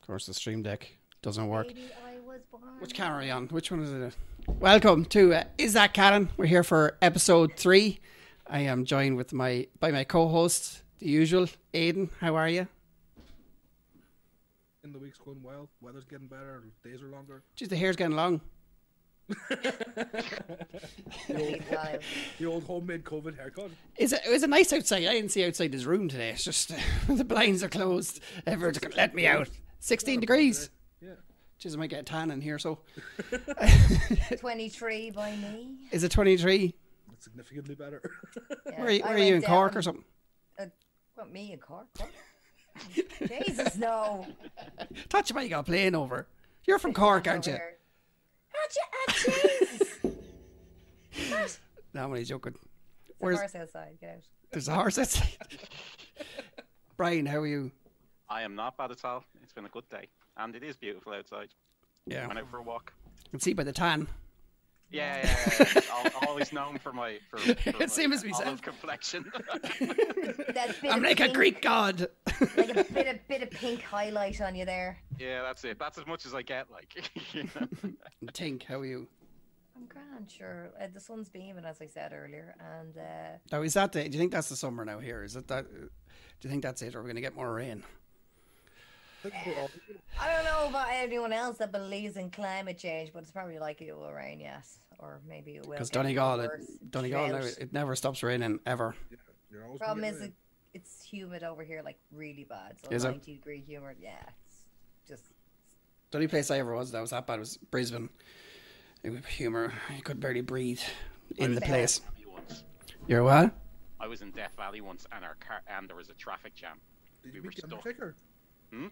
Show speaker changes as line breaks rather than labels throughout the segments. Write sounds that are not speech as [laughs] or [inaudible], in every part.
Of course, the Stream Deck doesn't work.
Baby, I was born.
Which camera are you on? Which one is it? Welcome to uh, Is That Canon? We're here for episode three. I am joined with my by my co-host, the usual, Aiden. How are you?
in the week's going well. Weather's getting better. Days are longer.
Geez, the hair's getting long.
The old homemade COVID haircut.
Is it? It was a nice outside. I didn't see outside his room today. It's just [laughs] the blinds are closed. Everyone's gonna let me out. Sixteen degrees.
Yeah.
Geez, I might get a tan in here. So,
23 by me.
is it twenty-three?
It's significantly better. [laughs]
Yeah,
Where are you,
I
where are you in
went
Cork
down-
or something?
Uh, what, me in Cork?
[laughs]
What? Jesus, no.
Thought you might have got a plane over. You're
[laughs]
from Cork, aren't you?
Nowhere. Aren't you? Ah,
[laughs]
Jesus.
No, I'm only joking.
Where's...
Where's
Horse outside. Get out.
there's a horse outside? [laughs] Brian, how are you?
I am not bad at all. It's been a good day, and it is beautiful outside.
Yeah,
Went out for a walk.
I can see by the tan.
Yeah, yeah, yeah, yeah. Al- always known for my
[laughs]
for, for
Same
my
as myself.
olive complexion. [laughs]
That bit
I'm
of
like a
pink,
Greek god. [laughs]
Like a bit of, bit of pink highlight on you there.
yeah, that's it. That's as much as I get. Like, [laughs] you know.
[laughs] Tink, how are you?
I'm grand, sure. Uh, the sun's beaming, as I said earlier, and uh,
Now is that the? Do you think that's the summer now? Here is it that? uh, Do you think that's it? Or we're gonna get more rain?
I think we're all-
I don't know about anyone else that believes in climate change, but it's probably likely it will rain, yes, or maybe it will.
Because
get
Donegal, it,
worse.
Donegal, now,
Drought.
it it never stops raining ever.
You're always
Problem
gonna
is,
get
it, it's humid over here, like really bad. So
Is it?
90 degree humid, yeah. It's just [laughs]
The only place I ever was that was that bad was Brisbane. It was humor. I could barely breathe in the
Fair.
place.
Me once.
You're what?
I was in Death Valley once, and our car and there was a traffic jam.
Did
we
you
were
meet the
stuck.
Undertaker?
Hmm?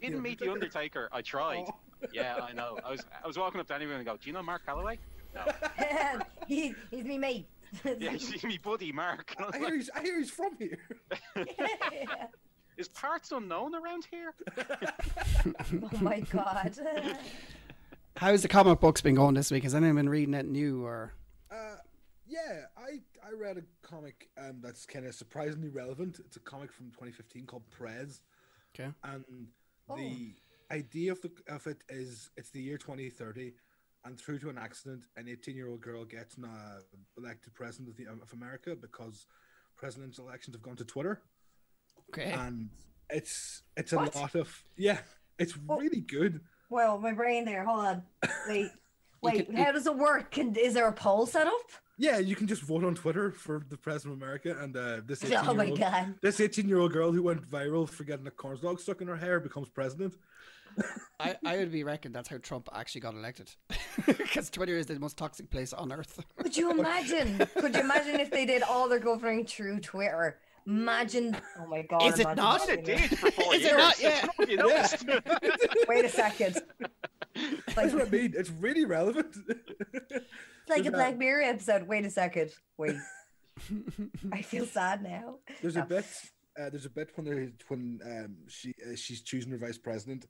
Didn't meet the Undertaker. I tried.
Oh.
Oh.
Yeah, I know. I was I was walking up to anyone and go, "Do you know Mark
[laughs]
Calloway?" No.
he, he's me mate. [laughs]
Yeah, you see me buddy Mark. [laughs] And I was
I
like,
hear he's. I hear he's from here.
is parts unknown around here?
[laughs] Oh
[laughs]
my god.
How's the comic books been going this week? Has anyone been reading it new or?
Uh, yeah, I I read a comic um, that's kind of surprisingly relevant. It's a comic from 2015 called Prez.
Okay.
and
Oh.
the idea of the of it is it's the year 2030 and through to an accident an 18 year old girl gets uh, elected president of, the, of america because presidential elections have gone to twitter
Okay.
and it's it's a
What?
lot of yeah it's
Oh.
really good
well, my brain there. Hold on. Wait. Wait,
can- you-
how does it work? Can, is there a poll set up?
yeah you can just vote on twitter for the president of america and uh, this 18
[laughs] Oh my
year old
god.
this 18 year old girl who went viral for getting a corn dog stuck in her hair becomes president
I, I would be reckoned that's how Trump actually got elected, [laughs] because Twitter is the most toxic place on earth. [laughs]
Could you imagine? Could you imagine if they did all their governing through Twitter? Imagine. Oh my god.
Is it
imagine
not?
that.
It did for four
Is it
years.
not? Yeah.
[laughs] Have you noticed?
Wait
[laughs]
a second. [laughs] Like,
that's what i mean it's
[laughs]
really relevant
like a
There's a-
Black Mirror episode. Wait a second. Wait. I feel sad now.
There's a
Yeah.
bit. Uh, there's a bit when they when um, she uh, she's choosing her vice president,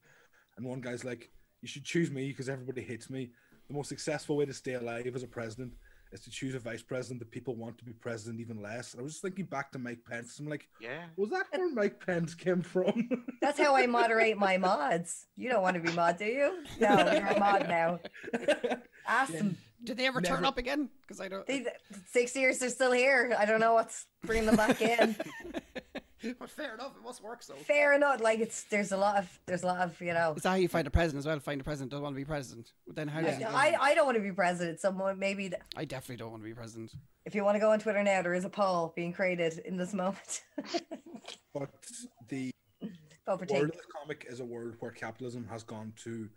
and one guy's like, "You should choose me because everybody hates me. The most successful way to stay alive as a president is to choose a vice president that people want to be president even less." And I was just thinking back to Mike Pence. I'm like,
[laughs] yeah.
was
[laughs]
that where Mike Pence came from? [laughs]
That's how I moderate my mods. You don't want to be mod, do you? No, you're a mod now. Ask them.
Did they ever turn
Never.
up again? Because I don't.
They, six years, they're still here. I don't know what's bringing them back in.
[laughs] But fair enough, it must work.
[laughs]
So
Fair enough. Like it's there's a lot of there's a lot of you know.
is that how you find a president as well? Find a president doesn't want to be president. But then how? Does he,
I, I don't want to be president. Someone maybe th-
I definitely don't want to be president.
if you want to go on Twitter now, there is a poll being created in this moment. [laughs]
but the
Vote for
world
take.
of the comic is a world where capitalism has gone to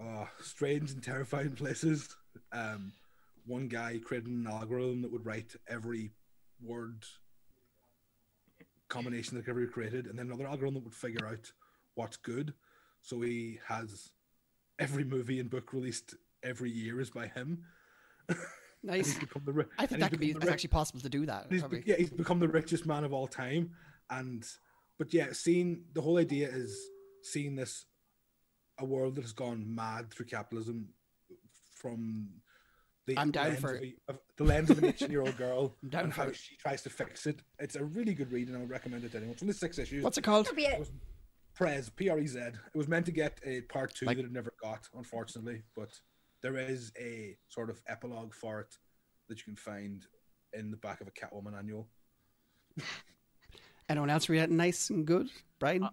uh, strange and terrifying [laughs] places. Um, one guy created an algorithm that would write every word combination that could ever be created, and then another algorithm that would figure out what's good. So he has every movie and book released every year is by him. And
Nice.
he's become the ri-
I
and
think
he's
that could be
become
it's
the ri-
actually possible to do that.
He's,
probably.
be- yeah, he's become the richest man of all time. And but yeah, seeing the whole idea is seeing this a world that has gone mad through capitalism from the
I'm down
lens
for
of
it.
a- of the lens
[laughs]
of an 18 year old girl
I'm down
and
for
how
it.
she tries to fix it. It's a really good read, and I would recommend it to anyone. It's only six issues.
What's it called?
That'd be it.
Prez, P R E Z. It was meant to get a part two
Like-
that it never got, unfortunately, but there is a sort of epilogue for it that you can find in the back of a Catwoman annual.
Anyone else read it nice and good? Brian?
Uh,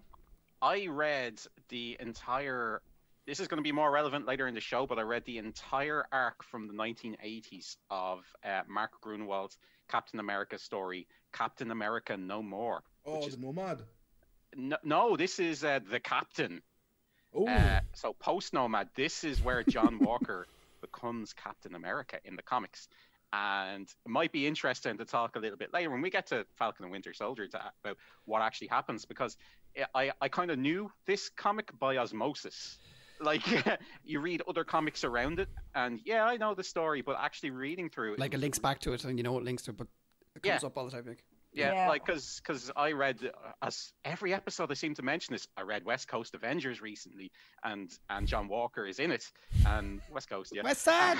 I read the entire. This is going to be more relevant later in the show, but I read the entire arc from the 1980s of uh, Mark Grunwald's Captain America story, Captain America No More.
Oh,
Which is-
the Nomad.
No, no this is uh, the Captain.
Oh,
Uh, so post Nomad, this is where John Walker becomes Captain America in the comics, and it might be interesting to talk a little bit later when we get to Falcon and Winter Soldier to, about what actually happens because I- I I kind of knew this comic by osmosis. Like [laughs] you read other comics around it, and yeah, I know the story, but actually reading through it,
like it
was
links back to it and you know it links to it, but it
Yeah.
comes up all the time. Like,
yeah,
Yeah.
like because because I read uh, as every episode I seem to mention this. I read West Coast Avengers recently, and and John Walker is in it, and West Coast, yeah, [laughs]
West Side!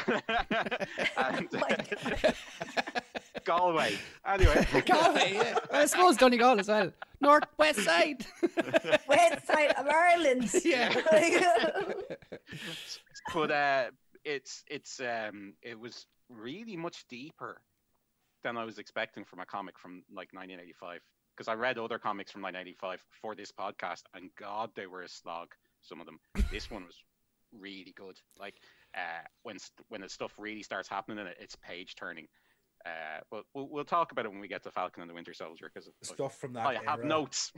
and
Oh my God.
uh, [laughs] Galway. Anyway,
Galway, yeah. I suppose Donegal as well. North West Side.
West side of Ireland. [laughs]
yeah.
but uh, it's it's um it was really much deeper than I was expecting from a comic from like 1985 because I read other comics from 1985 for this podcast and God they were a slog some of them this one was really good like uh when st- when the stuff really starts happening in it it's page turning uh but we'll, we'll talk about it when we get to Falcon and the Winter Soldier because
the stuff from that
I
era.
have notes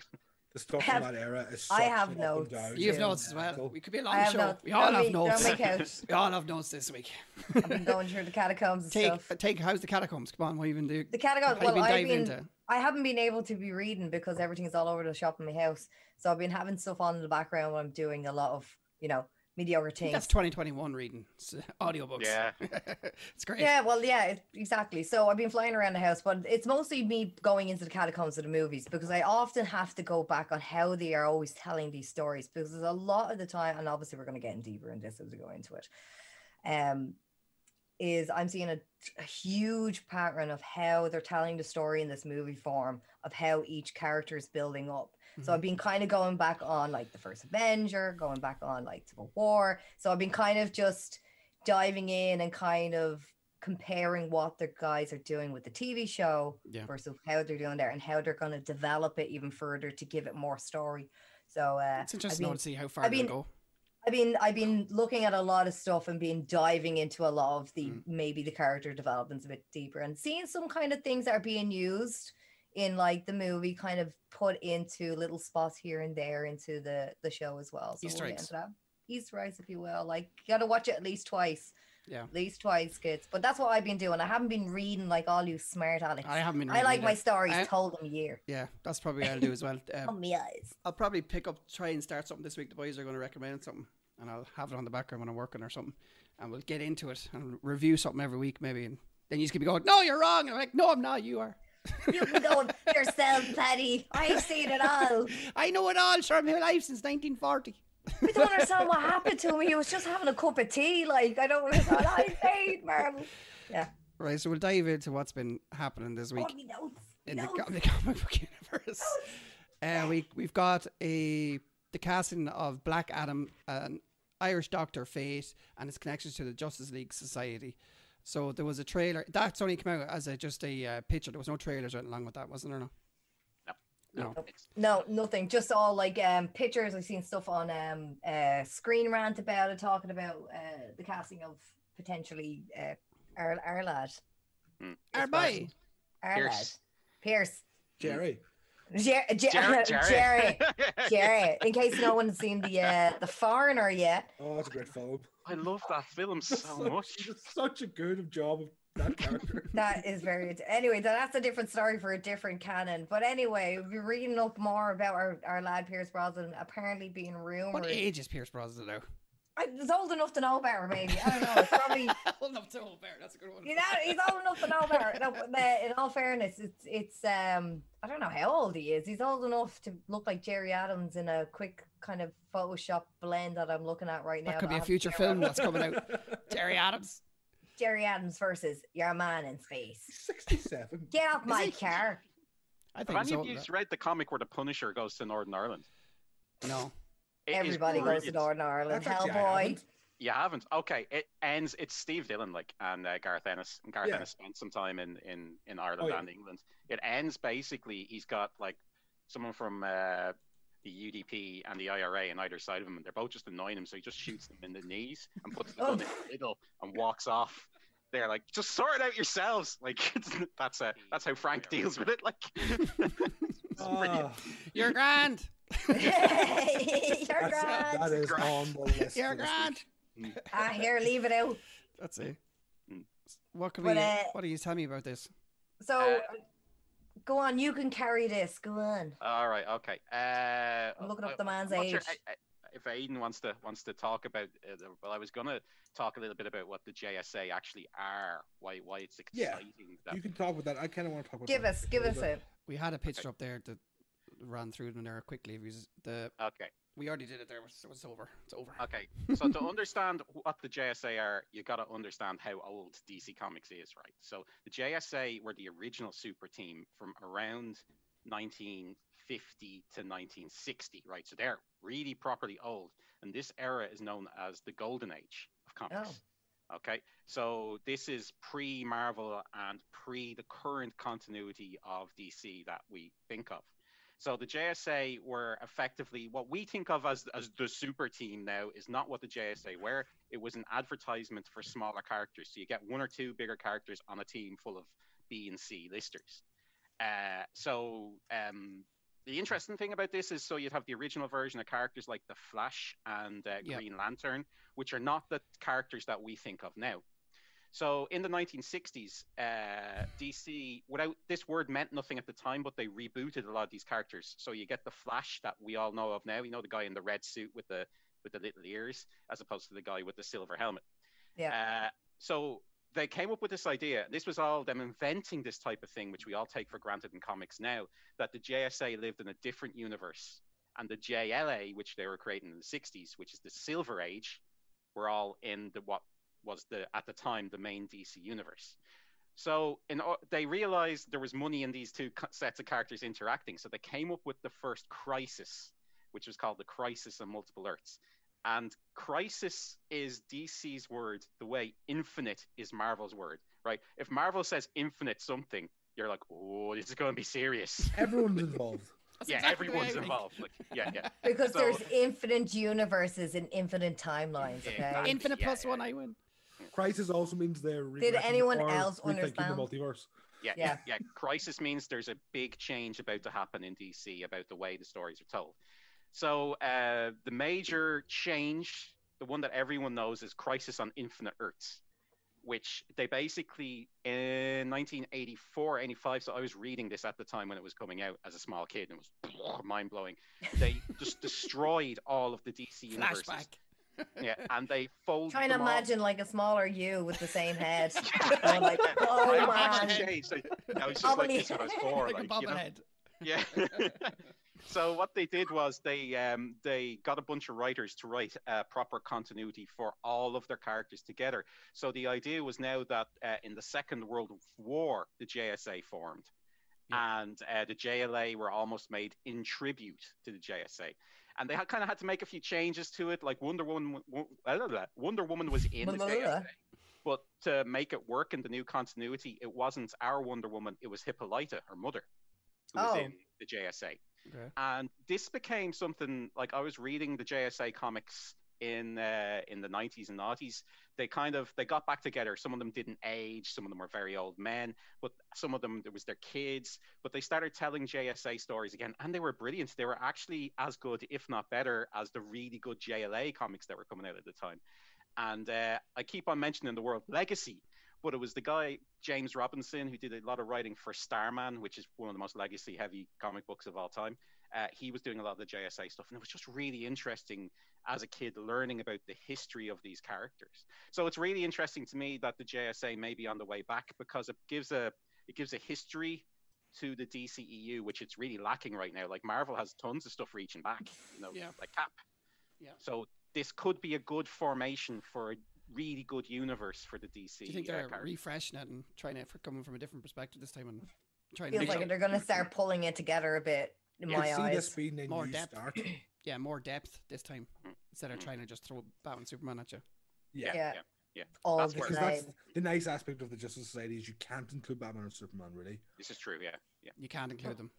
The stuff
I have-
from that era is.
I
such
have
up and
notes.
down.
You have
Yeah.
notes as well. We could be a long
I have
show.
notes.
We all
Don't
have
make-
notes.
Don't make out.
[laughs] We all have notes this week.
[laughs] I've been going through the catacombs and
Take,
stuff.
take. How's the catacombs? Come on, what have you been doing?
The catacombs.
What have
Well,
you been
I've
diving
been.
into?
I haven't been able to be reading because everything's all over the shop in my house. So I've been having stuff on in the background when I'm doing a lot of, you know, mediocre
I think That's
things.
2021 reading. It's uh, audiobooks.
Yeah.
[laughs] it's great.
Yeah, well, yeah, it, exactly. So I've been flying around the house, but it's mostly me going into the catacombs of the movies because I often have to go back on how they are always telling these stories because there's a lot of the time, and obviously we're going to get in deeper in this as we go into it. Um, is I'm seeing a, a huge pattern of how they're telling the story in this movie form of how each character is building up. So I've been kind of going back on like the first Avenger, going back on like Civil War. So I've been kind of just diving in and kind of comparing what the guys are doing with the TV show
Yeah.
versus how they're doing there and how they're going to develop it even further to give it more story. So uh,
It's interesting
I've
now
been-
to see how far
I've
they'll
been-
go.
I've been I've been looking at a lot of stuff and been diving into a lot of the
Mm.
maybe the character developments a bit deeper and seeing some kind of things that are being used in like the movie kind of put into little spots here and there into the the show as well. So
Easter
we'll get
eggs.
into that. Easter eggs, if you will. Like you gotta watch it at least twice.
Yeah.
At least twice, kids. But that's what I've been doing. I haven't been reading like all you smart Alex.
I haven't been.
I
reading
like my
either.
stories
I-
told in a year.
Yeah, that's probably what I'll do as
[laughs]
well. Uh,
Oh my eyes.
I'll probably pick up, try and start something this week. The boys are going to recommend something, and I'll have it on the background when I'm working or something, and we'll get into it and review something every week maybe. And then you just keep going, "No, you're wrong." And I'm like, "No, I'm not. You are."
You
[laughs]
can go yourself, Patty. I've seen it all.
I know it all. Sure, I've been alive since 1940.
I don't understand what happened to him. He was just having a cup of tea. Like I don't understand. I made Marvel.
Right, so we'll dive into what's been happening this week
Oh, me notes. me
in the,
notes.
co- the comic book universe. Uh, we we've got a the casting of Black Adam, an Irish Doctor Fate, and its connections to the Justice League Society. So there was a trailer that's only come out as a just a uh, picture. There was no trailers went along with that, wasn't there? No. No.
it's-
No, nothing. Just all like um pictures. I've seen stuff on um uh Screen Rant about it, talking about uh the casting of potentially uh our our lad.
Hmm.
This
Our boy.
Our
Pierce.
lad. Pierce.
Jerry.
Jer- Jer-
Jared,
Jerry.
Jared.
Jerry. In case no one's seen the uh the foreigner yet.
Oh, that's a great film.
I love that film so much.
She does such a good job of that character.
[laughs] That is very int- anyway. tha- That's a different story for a different canon. But anyway, we're reading up more about our, our lad Pierce Brosnan apparently being rumored.
What age is Pierce Brosnan [laughs] now?
I was old enough to know better, maybe. I don't know. It's probably [laughs]
Well, Oh, no, it's old bear. That's a good one.
you know he's old enough to know better. No, but the- in all fairness, it's it's um I don't know how old he is. He's old enough to look like Jerry Adams in a quick kind of Photoshop blend that I'm looking at right now.
that could be
I
a
have
future
zero-
film that's coming out.
[laughs]
Jerry Adams.
Jerry Adams versus your man in space.
He's 67.
Get off my
he?
car.
I
Have
think it's
any of
old.
you
enough.
read the comic where the Punisher goes to Northern Ireland?
No.
It is
Everybody goes to
brilliant.
Northern Ireland.
That's actually- I
Hellboy.
haven't.
You haven't. Okay, it ends. It's Steve Dillon, like, and uh, Garth Ennis. And Garth
Yeah.
Ennis spent some time in in in Ireland
Oh,
yeah.
and England. It ends basically. He's got like someone from uh, the UDP and the IRA on either side of him, and they're both just annoying him. So he just shoots them in the knees and puts the
Oh.
gun in the middle
[laughs]
and walks off. They're like, just sort it out yourselves. [laughs] Like it's- that's uh, that's how Frank deals with it. Like, [laughs] it's brilliant.
Ah,
You're grand.
[laughs]
You're
that's- that
grand.
is
Grand.
on the list.
You're
for this
grand.
week.
Ah, here, leave it out.
That's it.
Mm.
What can
But,
we?
uh,
what do you tell me about this?
So,
Uh,
go on. You can carry this. Go on.
All right. Okay. Uh,
I'm looking
uh,
up the man's
what's your-
age.
I- I- if Aiden wants to wants to talk about, uh, the- well, I was gonna talk a little bit about what the JSA actually are, why why it's
Yeah,
exciting. that-
You can talk about that. I kind of want to talk about
Give
that.
us, give us it.
We had a picture up there that ran through them there quickly. We s- The
Okay.
we already did it there, so it's over. It's over.
Okay. So to [laughs] understand what the JSA are, you got to understand how old DC Comics is, right? So the JSA were the original super team from around 1950 to 1960, right? So they're really properly old, and this era is known as the Golden Age of comics. Okay, so this is pre Marvel and pre the current continuity of DC that we think of. So the JSA were effectively what we think of as, as the super team now is not what the JSA were. It was an advertisement for smaller characters. So you get one or two bigger characters on a team full of B and C listers. Uh, so um, the interesting thing about this is so you'd have the original version of characters like the Flash and uh,
Yeah.
Green Lantern, which are not the characters that we think of now. So in the 1960s, uh, DC, without this word meant nothing at the time, but they rebooted a lot of these characters. So you get the Flash that we all know of now. You know the guy in the red suit with the with the little ears, as opposed to the guy with the silver helmet.
Yeah.
Uh, so they came up with this idea. This was all them inventing this type of thing, which we all take for granted in comics now, that the JSA lived in a different universe. And the JLA, which they were creating in the 60s, which is the Silver Age, were all in the what was the at the time the main DC universe. So in, o- they realized there was money in these two co- sets of characters interacting. So they came up with the first Crisis, which was called the Crisis on Multiple Earths. And crisis is DC's word the way infinite is Marvel's word, right? If Marvel says infinite something, you're like, oh, this is going to be serious.
Everyone's involved.
That's
yeah,
exactly the way I
everyone's
think.
involved. Like, yeah, yeah.
Because
so-
there's infinite universes and infinite timelines. Okay.
[laughs]
Exactly.
Infinite
Yeah,
plus
yeah,
one,
yeah.
I win.
Crisis also means they're.
Did
rewriting
anyone
or
else
rethinking the
understand?
multiverse?
yeah,
Yeah.
yeah, yeah. Crisis means there's a big change about to happen in DC about the way the stories are told. So uh, the major change, the one that everyone knows, is Crisis on Infinite Earths, which they basically in 1984, 85. So I was reading this at the time when it was coming out as a small kid, and it was [laughs] mind blowing. They just [laughs] destroyed all of the DC universes.
Flashback.
Yeah, and
[laughs]
they folded.
Trying to
them all-
imagine like a smaller you with the same head. [laughs]
[laughs] Yeah,
I'm like,
yeah.
oh
I
man.
imagine changed. I, I was just like this when I was
[laughs]
four.
like, a
like, you know?
bobblehead.
[laughs] Yeah. so what they did was they um, they got a bunch of writers to write uh, proper continuity for all of their characters together. So the idea was now that uh, in the Second World War, the JSA formed. And uh, the JLA were almost made in tribute to the JSA, and they had kind of had to make a few changes to it. Like Wonder Woman, wo- wo- Wonder Woman was in the
Blah, blah,
JSA,
blah.
but to make it work in the new continuity, it wasn't our Wonder Woman, it was Hippolyta, her mother, who was
Oh.
in the JSA.
Okay.
And this became something like I was reading the JSA comics in uh, in the 90s and noughties. They kind of they got back together. Some of them didn't age, some of them were very old men, but some of them it was their kids. But they started telling JSA stories again, and they were brilliant. They were actually as good, if not better, as the really good JLA comics that were coming out at the time and uh, I keep on mentioning the word legacy, but it was the guy James Robinson who did a lot of writing for Starman, which is one of the most legacy-heavy comic books of all time. Uh, he was doing a lot of the JSA stuff, and it was just really interesting as a kid learning about the history of these characters. So it's really interesting to me that the JSA may be on the way back because it gives a it gives a history to the DCEU, which it's really lacking right now. Like Marvel has tons of stuff reaching back, you know,
Yeah.
like Cap.
Yeah.
So this could be a good formation for a really good universe for the
Do
DC.
you think
uh,
they're
characters.
refreshing it and trying it for coming from a different perspective this time and trying
Feels
to
Exactly.
like they're gonna start pulling it together a bit in
Yeah,
my
see
eyes.
this being a
More [clears throat]
new
depth.
start.
yeah, more depth this time
Mm.
instead of
Mm.
trying to just throw Batman Superman at you.
Yeah.
Yeah.
yeah, yeah.
All
That's
the
where-
Because that's
time.
the nice aspect of the Justice Society is you can't include Batman and Superman really.
This is true. Yeah, yeah.
You can't include them.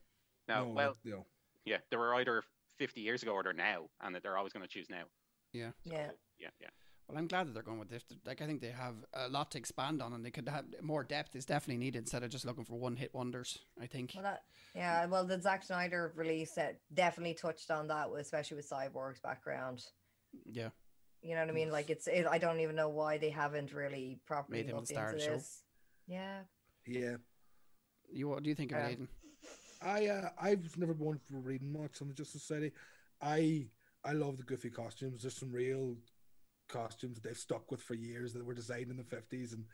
No, well,
you know,
yeah, they were either 50 years ago or they're now, and that they're always going to choose now.
Yeah.
Yeah.
yeah, yeah.
Well, I'm glad that they're going with this. Like, I think they have a lot to expand on, and they could have more depth is definitely needed instead of just looking for one hit wonders. I think.
Well, that, yeah, well, the Zack Snyder release that definitely touched on that, especially with Cyborg's background.
yeah.
You know what I mean? Like it's, it, I don't even know why they haven't really properly
him the
looked
star
into
of the show.
this. Yeah,
yeah.
You what do you think of it,
Yeah.
Aiden?
I uh, I've never been one for reading much on the Justice Society. I I love the goofy costumes. There's some real costumes that they've stuck with for years that were designed in the fifties and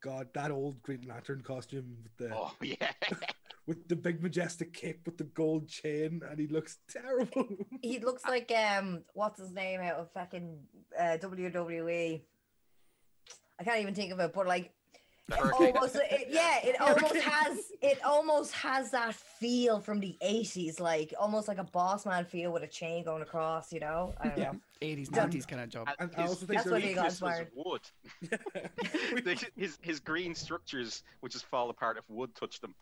God, that old Green Lantern costume with the
Oh, [laughs] yeah.
with the big majestic cape with the gold chain and he looks [laughs] terrible.
[laughs]
he looks like um, what's his name out of fucking uh, WWE. I can't even think of it, but like
The
it
hurricane.
almost, it, yeah,
[laughs]
it almost has it almost has that feel from the eighties, like almost like a boss man feel with a chain going across, you know. I don't
Yeah.
know.
Eighties,
Yeah.
nineties kind of
Uh,
job.
And
And
I
his-
also think
That's
they're
what he got
Weakness was
inspired.
wood. The- [laughs] his his green structures would just fall apart if wood touched them.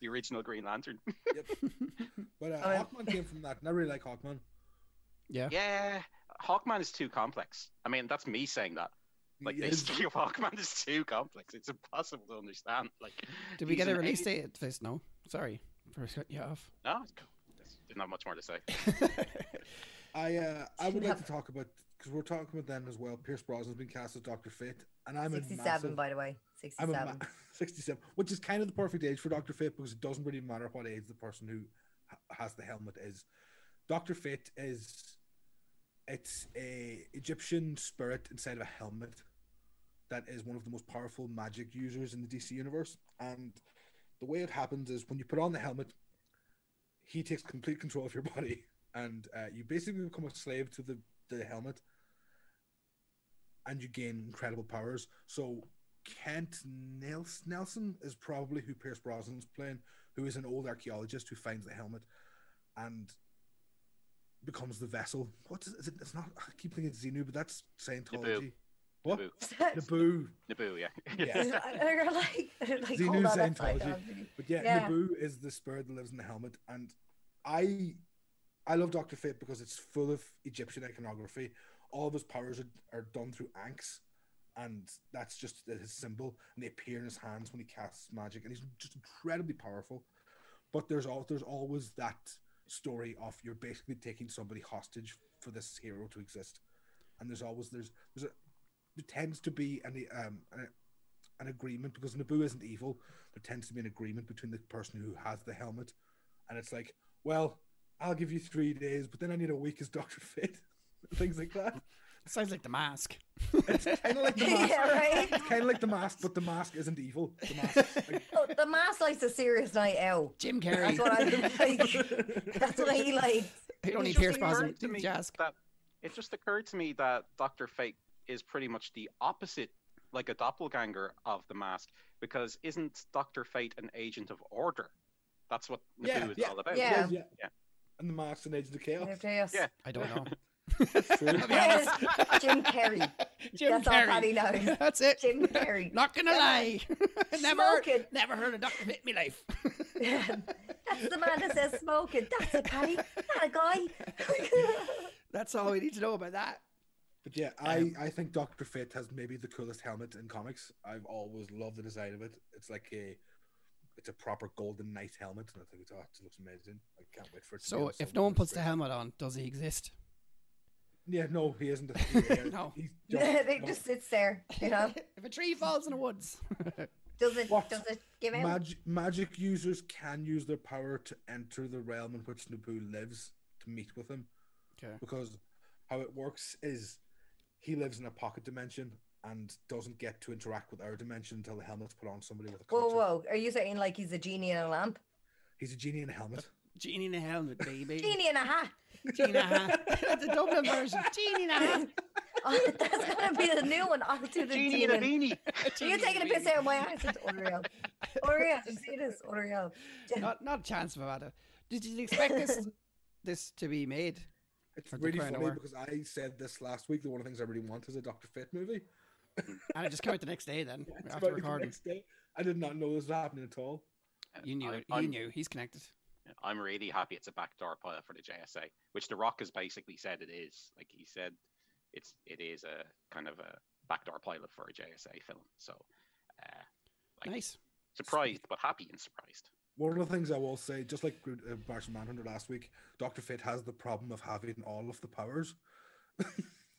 The original Green Lantern.
But
I
uh,
mean-
Hawkman came from that, and I really like Hawkman.
Yeah.
Yeah, Hawkman is too complex. I mean, that's me saying that. Like
He
the
is-
history of Hawkman is too complex. It's impossible to understand. Like,
Did we
he's
get a
an
release
alien-
date for this? No. Sorry for cutting you off. [laughs]
No, it's cool. That's- didn't have much more to say.
I uh, I would like
Yeah.
to talk about because we're talking about them as well. Pierce Brosnan's been cast as Doctor Fate, and I'm
sixty-seven,
a massive,
by the way,
I'm a
sixty-seven.
ma- [laughs] 67, which is kind of the perfect age for Doctor Fate because it doesn't really matter what age the person who ha- has the helmet is. Doctor Fate is it's a Egyptian spirit inside of a helmet that is one of the most powerful magic users in the DC universe. And the way it happens is when you put on the helmet, he takes complete control of your [laughs] body, and uh, you basically become a slave to the the helmet, and you gain incredible powers. So Kent Nels- Nelson is probably who Pierce Brosnan's playing, who is an old archaeologist who finds the helmet and becomes the vessel. What is, is it? It's not. I keep thinking it's Xenu, but that's Scientology. What?
Naboo.
Naboo.
Naboo, yeah.
[laughs] Yeah.
[laughs]
[laughs] They're like, they're like
Xenu
hold on, that's
Scientology.
Scientology.
But yeah,
Yeah.
Naboo is the spirit that lives in the helmet, and I, I love Doctor Fate because it's full of Egyptian iconography. All of his powers are, are done through ankhs, and that's just his symbol, and they appear in his hands when he casts magic, and he's just incredibly powerful. But there's all there's always that story of you're basically taking somebody hostage for this hero to exist, and there's always there's there's a there tends to be an um an, an agreement because Naboo isn't evil there tends to be an agreement between the person who has the helmet, and it's like, well, I'll give you three days, but then I need a week as Doctor Fit, [laughs] things like that.
Sounds like the mask.
Kind of
[laughs]
like the mask.
Yeah, right?
[laughs] It's kind of like the mask, but the mask isn't evil. The mask. Like,
Oh, the mass likes a serious night out.
Jim
That's
Carrey.
what
[laughs]
[laughs]
I like. That's what he likes.
You don't
It
need
just
Pierce
occurred
Brosnan.
to me
Jazz.
that- It just occurred to me that Dr. Fate is pretty much the opposite, like a doppelganger of the mask, because isn't Dr. Fate an agent of order? That's what Naboo
Yeah,
is
yeah,
all about.
Yeah.
yeah.
Yeah.
And the mask and Agent of Chaos.
[laughs] Yeah.
Yeah.
I don't know.
True.
[laughs] Jim Carrey.
Jim
That's all Paddy
Carrey.
[laughs]
[laughs]
knows.
That's it.
Jim Carrey.
Not gonna lie. [laughs] never,
Smoking.
never heard of Doctor Fit in my life.
That's the man that says smoking. That's a Paddy. Not a guy.
[laughs]
That's all we need to know about that.
But yeah, I, I think Doctor Fate has maybe the coolest helmet in comics. I've always loved the design of it. It's like a it's a proper golden knight helmet, and I think it's, oh, it just looks amazing. I can't wait for it. To be
So
on
if
someone
no one
on
puts the
screen.
helmet on, does he exist?
Yeah, no,
[laughs]
he isn't. A,
No.
[laughs]
he's
they
no.
just sits there, you know.
[laughs] if a tree falls in the woods.
Does it
What?
does it give out?
Mag- magic users can use their power to enter the realm in which Naboo lives to meet with him.
Okay.
Because how it works is he lives in a pocket dimension and doesn't get to interact with our dimension until the helmet's put on somebody with a
Whoa,
conscience.
whoa. Are you saying like he's a genie in a lamp?
He's a genie in a helmet.
[laughs] Genie in a helmet, baby.
Genie in a hat.
[laughs]
[laughs]
Genie in a
[laughs]
hat. [laughs] the Dublin version. Genie in a hat.
Oh, that's gonna be the new one. I'll do the
Genie and a
[laughs]
beanie.
[laughs] Are you taking a piss out of my ass? It's Oreo. Oreo, you see this? Oreo.
[laughs] Not, not a chance of a matter. Did you expect this this to be made?
It's
Or the
really
Crown of
funny
War.
because I said this last week that one of the things I really want is a Doctor Fit movie.
And it just came out the next day [laughs] then
It's about
after
the
recording.
next day. I did not know this was happening at all.
You knew
I-
it. You
I'm-
knew. He's connected.
I'm really happy it's a backdoor pilot for the JSA, which The Rock has basically said it is. Like he said, it's it is a kind of a backdoor pilot for a JSA film. So uh, Like-
Nice.
surprised, but happy and surprised.
One of the things I will say, just like uh, Martian Manhunter last week, Doctor Fit has the problem of having all of the powers, [laughs]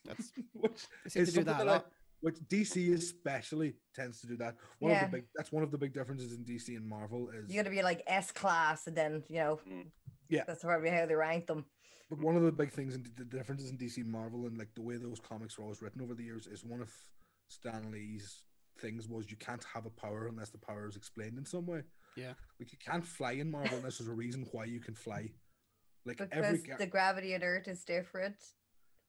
That's
which
they seem
It's
to do
something
that a
that I-
lot.
which DC especially tends to do that. One
Yeah.
of the big that's one of the big differences in DC and Marvel is
You got to be like S class, and then you know.
Mm.
Yeah.
That's probably how they rank them.
But one of the big things and the differences in DC and Marvel and like the way those comics were always written over the years is one of Stan Lee's things was you can't have a power unless the power is explained in some way.
Yeah.
Like you can't fly in Marvel unless there's a reason why you can fly. Like every
Because
ga-
the gravity on Earth is different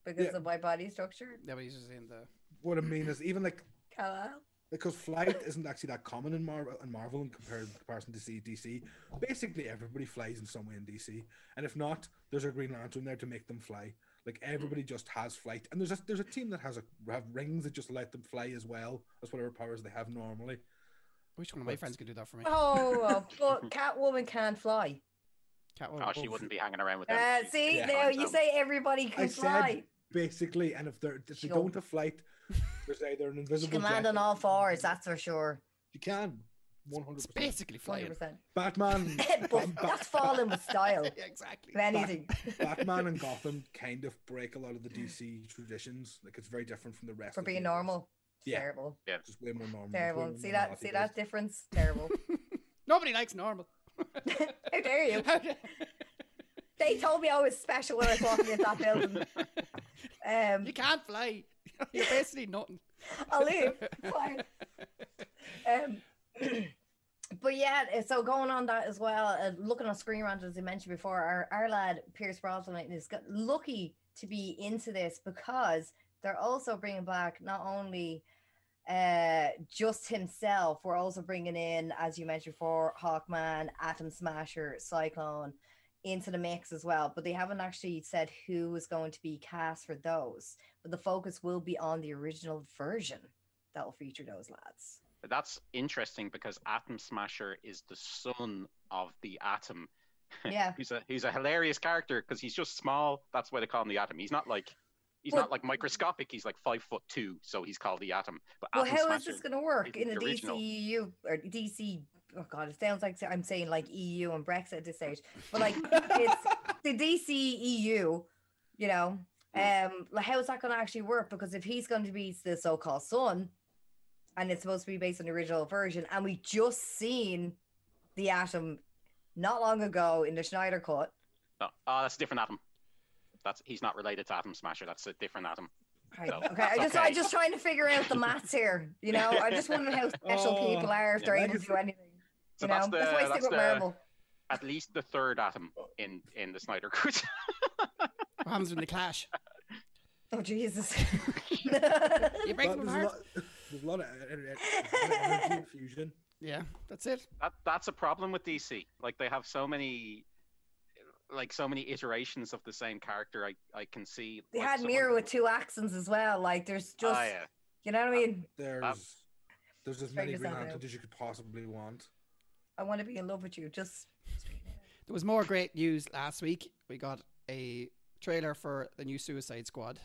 because
Yeah.
of my body structure.
Yeah, but he's just in the.
what I mean is even like
Kal-El.
because flight isn't actually that common in Marvel in Marvel in compared comparison to see DC. Basically, everybody flies in some way in DC, and if not, there's a Green Lantern there to make them fly. Like
Hmm.
everybody just has flight, and there's a, there's a team that has a have rings that just let them fly as well as whatever powers they have normally.
I wish one of my
But-
friends could do that for me.
Oh,
[laughs]
well, but Catwoman can't fly.
Cat
Oh, she wouldn't be hanging around with them.
Uh,
She's
see,
Yeah.
on
now
her
you
own.
say everybody can
I said-
fly.
Basically, and if they're if they
Sure.
don't have flight, there's either
[laughs]
an
She
invisible.
can land
jet
on
or-
all fours, that's for sure.
You can. One hundred
[laughs] It's
percent.
basically
Hundred
flying.
[laughs]
percent. [laughs]
Batman.
But that's falling with style.
[laughs] Yeah, exactly.
If anything.
Batman and Gotham kind of break a lot of the DC traditions. Like it's very different from the rest.
For
of
being
the universe.
normal.
Yeah.
Terrible.
It's just way more normal. It's way
Terrible.
more
See
normal
that see
nowadays.
that difference? Terrible.
Nobody likes
[laughs]
normal.
How dare you? They told me I was special when I was walking into
[laughs]
that building. Um
you can't fly. [laughs] You're basically nothing.
[laughs] I'll leave. Fine. Um, [clears throat] but yeah, uh, so going on that as well, uh, looking on Screen Rant, as I mentioned before, our, our lad Pierce Brosnan is got lucky to be into this because they're also bringing back not only uh just himself we're also bringing in as you mentioned before hawkman atom smasher cyclone into the mix as well but they haven't actually said who is going to be cast for those but the focus will be on the original version that will feature those
[laughs]
lads
That's interesting because Atom Smasher is the son of the Atom.
yeah
He's a he's a hilarious character because he's just small. That's why they call him the Atom. He's not like he's
Well-
not like microscopic. He's like five foot two, so he's called the Atom. But
well
Atom
how
Smasher,
is this going to work
is
in the
the original.
dceu E or dc oh god it sounds like i'm saying like eu and brexit at this stage but like it's
[laughs]
the dceu you know
Hmm.
um like how's that going to actually work because if he's going to be the so-called son and it's supposed to be based on the original version and we just seen the atom not long ago in the schneider cut
no, oh, that's a different Atom. That's he's not related to Atom Smasher. That's a different Atom.
Right.
So,
okay. I just
okay.
I just trying to figure out the maths here. You know, I just wonder
[laughs]
how special
Oh,
people are if
yeah,
they're
that
able
is-
to do anything.
So
you know,
that's the
that's why I stick
that's
with
the,
Marvel.
at least the third Atom in in the Snyder Cut.
What happens when they
[laughs]
clash?
Oh
[laughs]
Jesus. [laughs]
You break
But
them
there's, a
apart.
lot, there's a lot of en- en-
[laughs]
en- energy infusion.
Yeah, that's it.
that that's a problem with DC. Like they have so many, like so many iterations of the same character. I I can see.
they
like,
had
someone-
Mira with two accents as well. Like there's
Ah,
just
yeah.
you know what I mean.
There's there's as
Figure
many Green
something out.
Lanterns as you could possibly want.
I want to be in love with you. Just
There was more great news last week. We got a trailer for the new Suicide Squad.